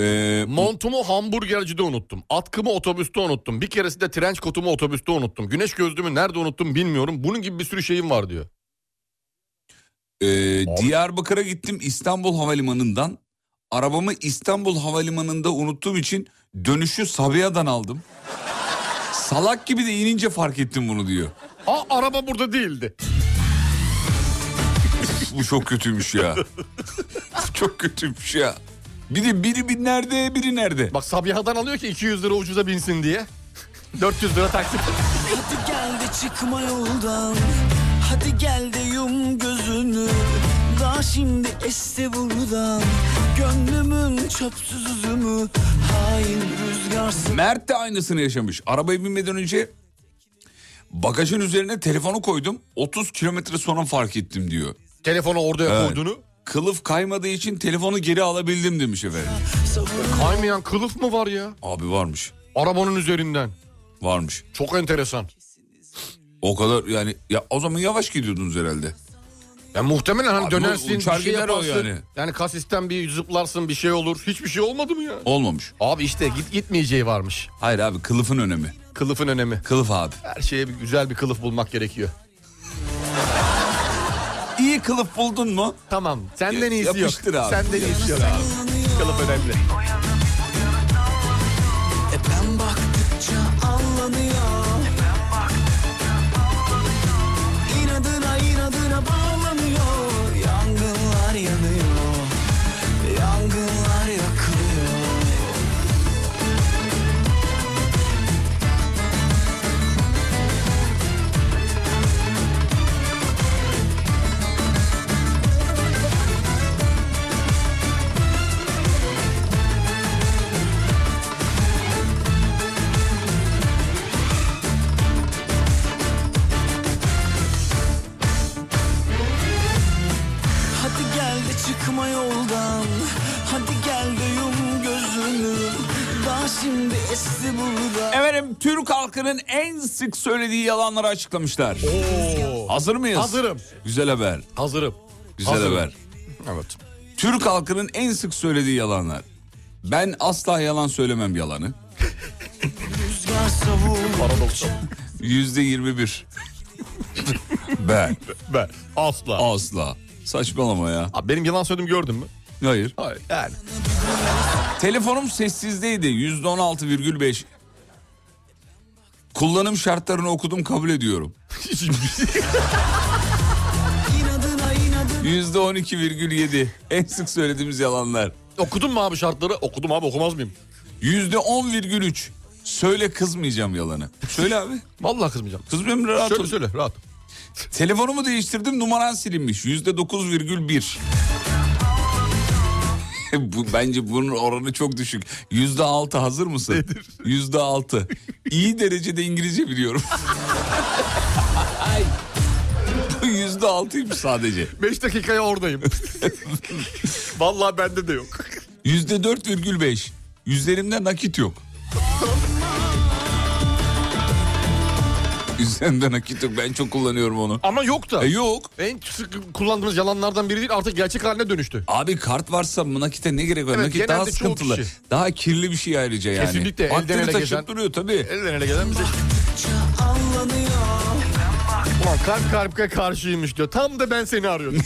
Ee,
Montumu hamburgercide unuttum. Atkımı otobüste unuttum. Bir keresinde trenç kotumu otobüste unuttum. Güneş gözlüğümü nerede unuttum bilmiyorum. Bunun gibi bir sürü şeyim var diyor.
Ee, Diyarbakır'a gittim İstanbul Havalimanı'ndan. Arabamı İstanbul Havalimanı'nda unuttuğum için dönüşü Sabiha'dan aldım. Salak gibi de inince fark ettim bunu diyor.
Aa araba burada değildi.
Bu çok kötüymüş ya. çok kötüymüş ya. Biri, biri bir nerede biri nerede?
Bak Sabiha'dan alıyor ki 200 lira ucuza binsin diye. 400 lira taksit.
Hadi gel de çıkma yoldan Hadi gel de yum gözünü Daha şimdi este buradan Gönlümün çöpsüz üzümü Hain rüzgarsız
Mert de aynısını yaşamış. Arabaya binmeden önce bagajın üzerine telefonu koydum. 30 kilometre sonra fark ettim diyor.
Telefonu orada koyduğunu?
Kılıf kaymadığı için telefonu geri alabildim demiş efendim.
Kaymayan kılıf mı var ya?
Abi varmış.
Arabanın üzerinden.
Varmış.
Çok enteresan.
O kadar yani ya o zaman yavaş gidiyordunuz herhalde.
Ya muhtemelen hani
Abi bu
dönersin bir
uçar
şey
gider o
yaparsın. Yani.
yani.
kasisten bir zıplarsın bir şey olur. Hiçbir şey olmadı mı ya?
Olmamış.
Abi işte git gitmeyeceği varmış.
Hayır abi kılıfın önemi.
Kılıfın önemi.
Kılıf abi.
Her şeye bir, güzel bir kılıf bulmak gerekiyor.
İyi kılıf buldun mu?
Tamam. Senden iyisi yok.
Yapıştır abi.
Senden iyisi yok abi. Kılıf önemli.
Ben baktıkça anlanıyor İnadına inadına bağlanıyor Yangınlar yanıyor Yangınlar yakılıyor Hadi gel de çıkma yoldan Hadi gel de yum gözünü Daha şimdi esti burada
Efendim Türk halkının en sık söylediği yalanları açıklamışlar. Hazır mıyız?
Hazırım.
Güzel haber.
Hazırım.
Güzel
Hazırım.
haber.
Evet.
Türk halkının en sık söylediği yalanlar. Ben asla yalan söylemem yalanı.
Paradoks.
Yüzde yirmi bir. ben. Ben. Asla. Asla. Saçmalama ya.
Abi benim yalan söylediğimi gördün mü?
Hayır.
Hayır. Yani.
Telefonum sessizdeydi. Yüzde on altı virgül beş. Kullanım şartlarını okudum kabul ediyorum.
İnadına inadına
Yüzde on iki virgül yedi. En sık söylediğimiz yalanlar.
Okudun mu abi şartları? Okudum abi okumaz mıyım?
Yüzde on virgül üç. Söyle kızmayacağım yalanı. Söyle abi.
Vallahi kızmayacağım.
Kızmıyorum rahat
Söyle,
ol.
söyle, rahat.
Telefonumu değiştirdim numaran silinmiş. Yüzde dokuz virgül bir. Bu, bence bunun oranı çok düşük. Yüzde altı hazır mısın? Nedir? Yüzde altı. İyi derecede İngilizce biliyorum. Bu yüzde altıymış sadece.
Beş dakikaya oradayım. Vallahi bende de yok.
Yüzde dört virgül beş. Yüzlerimde nakit yok. Üzerimde nakit yok. Ben çok kullanıyorum onu.
Ama yok da.
E, yok.
En sık kullandığımız yalanlardan biri değil artık gerçek haline dönüştü.
Abi kart varsa bu nakite ne gerek var?
Evet,
Nakit daha
genelde çoğu
sıkıntılı.
kişi.
Daha kirli bir şey ayrıca yani.
Kesinlikle elden
Aklını
ele
taşıp
gezen-
duruyor tabii.
Elden ele gelen bize. Ulan kalp kalpke karşıymış diyor. Tam da ben seni arıyordum.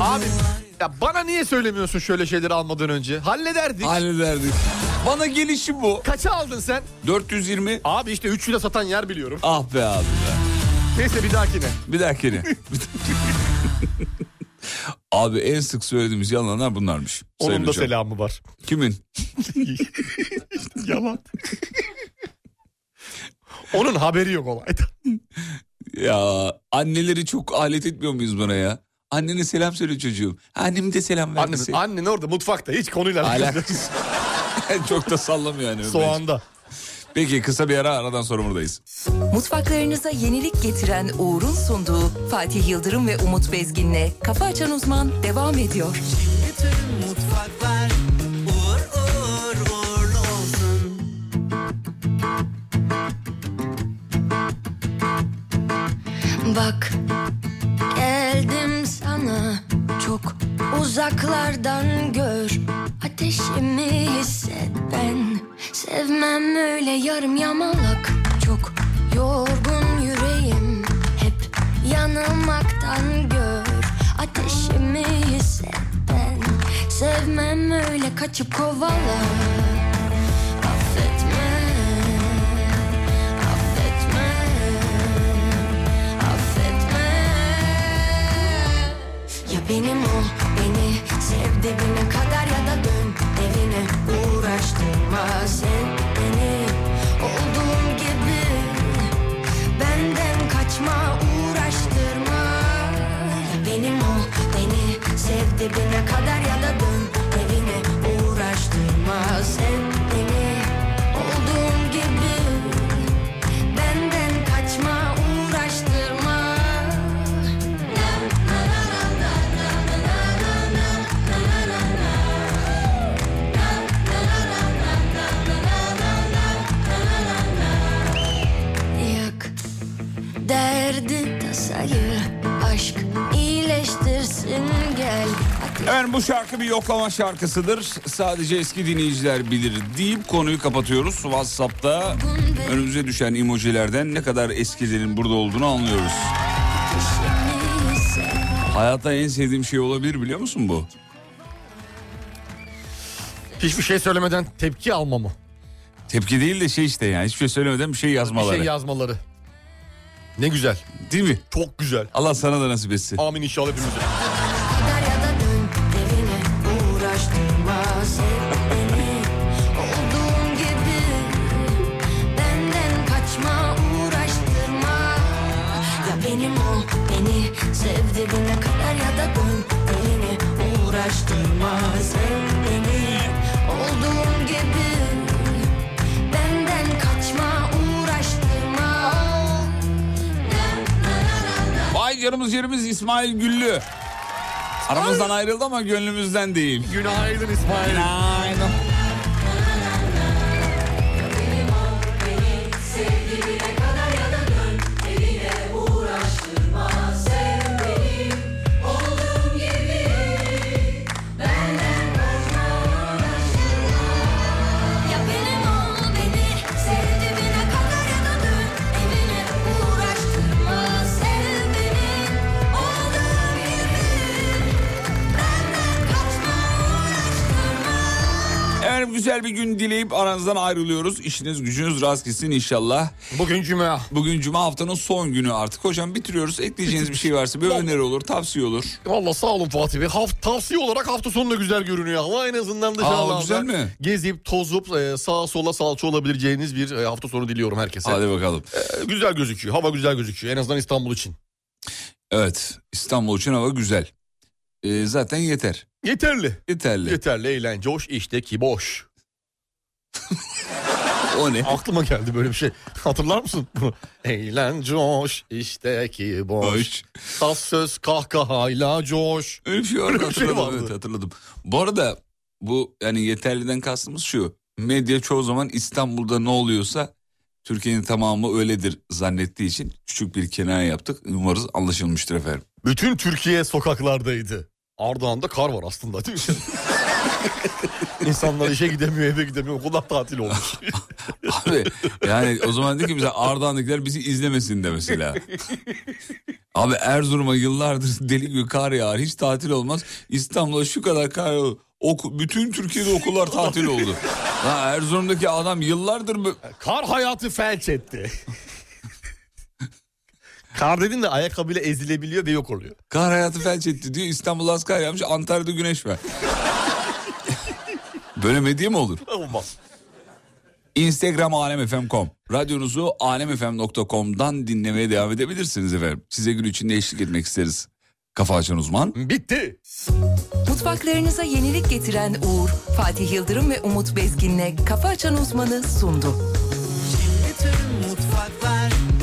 Abi ya bana niye söylemiyorsun şöyle şeyleri almadan önce? Hallederdik.
Hallederdik. Bana gelişi bu.
Kaça aldın sen?
420.
Abi işte 3 lira satan yer biliyorum.
Ah be abi be.
Neyse bir dahakine.
Bir dahakine. Bir dahakine. abi en sık söylediğimiz yalanlar bunlarmış.
Onun
Sayın
da
hocam.
selamı var.
Kimin?
Yalan. Onun haberi yok olaydan.
Ya anneleri çok alet etmiyor muyuz buna ya? Annene selam söyle çocuğum. Annem de selam verdi.
Annem, annen orada mutfakta hiç konuyla
Alakası. çok da sallamıyor yani.
Soğanda.
Peki kısa bir ara aradan sonra buradayız.
Mutfaklarınıza yenilik getiren Uğur'un sunduğu Fatih Yıldırım ve Umut Bezgin'le Kafa Açan Uzman devam ediyor.
mutfaklar uğur uğur uğurlu olsun.
Bak geldim sana çok uzaklardan gör Ateşimi hisset ben sevmem öyle yarım yamalak Çok yorgun yüreğim hep yanılmaktan gör Ateşimi hisset ben sevmem öyle kaçıp kovala Affetme affetme affetme Ya benim ol beni sev dibine kadar ya da dön evine uğraştırma sen beni olduğum gibi benden kaçma uğraştırma Ya benim ol beni sev dibine kadar ya da dön evine uğraştırma sen beni olduğum gibi Benden kaçma uğraştırma Yak derdi tasayı Aşk iyileştirsin gel
Efendim bu şarkı bir yoklama şarkısıdır. Sadece eski dinleyiciler bilir deyip konuyu kapatıyoruz. WhatsApp'ta önümüze düşen emojilerden ne kadar eskilerin burada olduğunu anlıyoruz.
Neyse
Hayatta en sevdiğim şey olabilir biliyor musun bu?
Hiçbir şey söylemeden tepki alma mı?
Tepki değil de şey işte yani hiçbir şey söylemeden bir şey yazmaları.
Bir şey yazmaları. Ne güzel.
Değil mi?
Çok güzel.
Allah sana da nasip etsin.
Amin inşallah hepimize.
Kadar ya da dön evine uğraştırma Sev beni olduğum gibi Benden kaçma uğraştırma Ya benim ol beni sev dibine kadar ya da dön evine uğraştırma Sev beni olduğum gibi Benden kaçma uğraştırma
Vay canımız yerimiz İsmail Güllü. Aramızdan ayrıldı ama gönlümüzden değil.
Günaydın İsmail.
Günaydın.
Sevdiğine kadar ya da dön evine uğraştırma Sev beni olduğum gibi
güzel bir gün dileyip aranızdan ayrılıyoruz. İşiniz gücünüz rast gitsin inşallah.
Bugün cuma.
Bugün cuma haftanın son günü artık. Hocam bitiriyoruz. Ekleyeceğiniz bir şey varsa bir öneri olur, tavsiye olur.
Valla sağ olun Fatih Bey. Haft, tavsiye olarak hafta sonu da güzel görünüyor ama en azından dışarılarda
Aa, güzel mi?
gezip tozup e, sağa sola salça olabileceğiniz bir e, hafta sonu diliyorum herkese.
Hadi bakalım.
E, güzel gözüküyor. Hava güzel gözüküyor. En azından İstanbul için.
Evet İstanbul için hava güzel. Ee, zaten yeter.
Yeterli.
Yeterli.
Yeterli eğlence hoş işte ki boş.
o ne?
Aklıma geldi böyle bir şey. Hatırlar mısın? eğlence hoş işte ki boş.
Boş.
Tas söz kahkahayla coş.
Öyle bir şey var.
Öyle bir şey
hatırladım,
vardı.
evet, hatırladım. Bu arada bu yani yeterliden kastımız şu. Medya çoğu zaman İstanbul'da ne oluyorsa Türkiye'nin tamamı öyledir zannettiği için küçük bir kenaya yaptık. Umarız anlaşılmıştır efendim.
Bütün Türkiye sokaklardaydı. Ardahan'da kar var aslında değil mi? İnsanlar işe gidemiyor, eve gidemiyor. Okullar tatil olmuş.
Abi yani o zaman de ki bize Ardahan'dakiler bizi izlemesin de mesela. Abi Erzurum'a yıllardır deli gibi kar yağar. Hiç tatil olmaz. İstanbul'a şu kadar kar yağıyor. Oku, bütün Türkiye'de okullar tatil oldu. Ha, Erzurum'daki adam yıllardır... bu-
Kar hayatı felç etti. Kar dedin de ayakkabıyla ezilebiliyor ve yok oluyor.
Kar hayatı felç etti diyor. İstanbul'a az kar yağmış. Antalya'da güneş var. Böyle medya mi olur?
Olmaz.
Instagram alemfm.com. Radyonuzu alemfm.com'dan dinlemeye devam edebilirsiniz efendim. Size gün içinde eşlik etmek isteriz. Kafa açan uzman.
Bitti.
Mutfaklarınıza yenilik getiren Uğur, Fatih Yıldırım ve Umut Bezgin'le Kafa Açan Uzman'ı sundu.
Türüm mutfaklar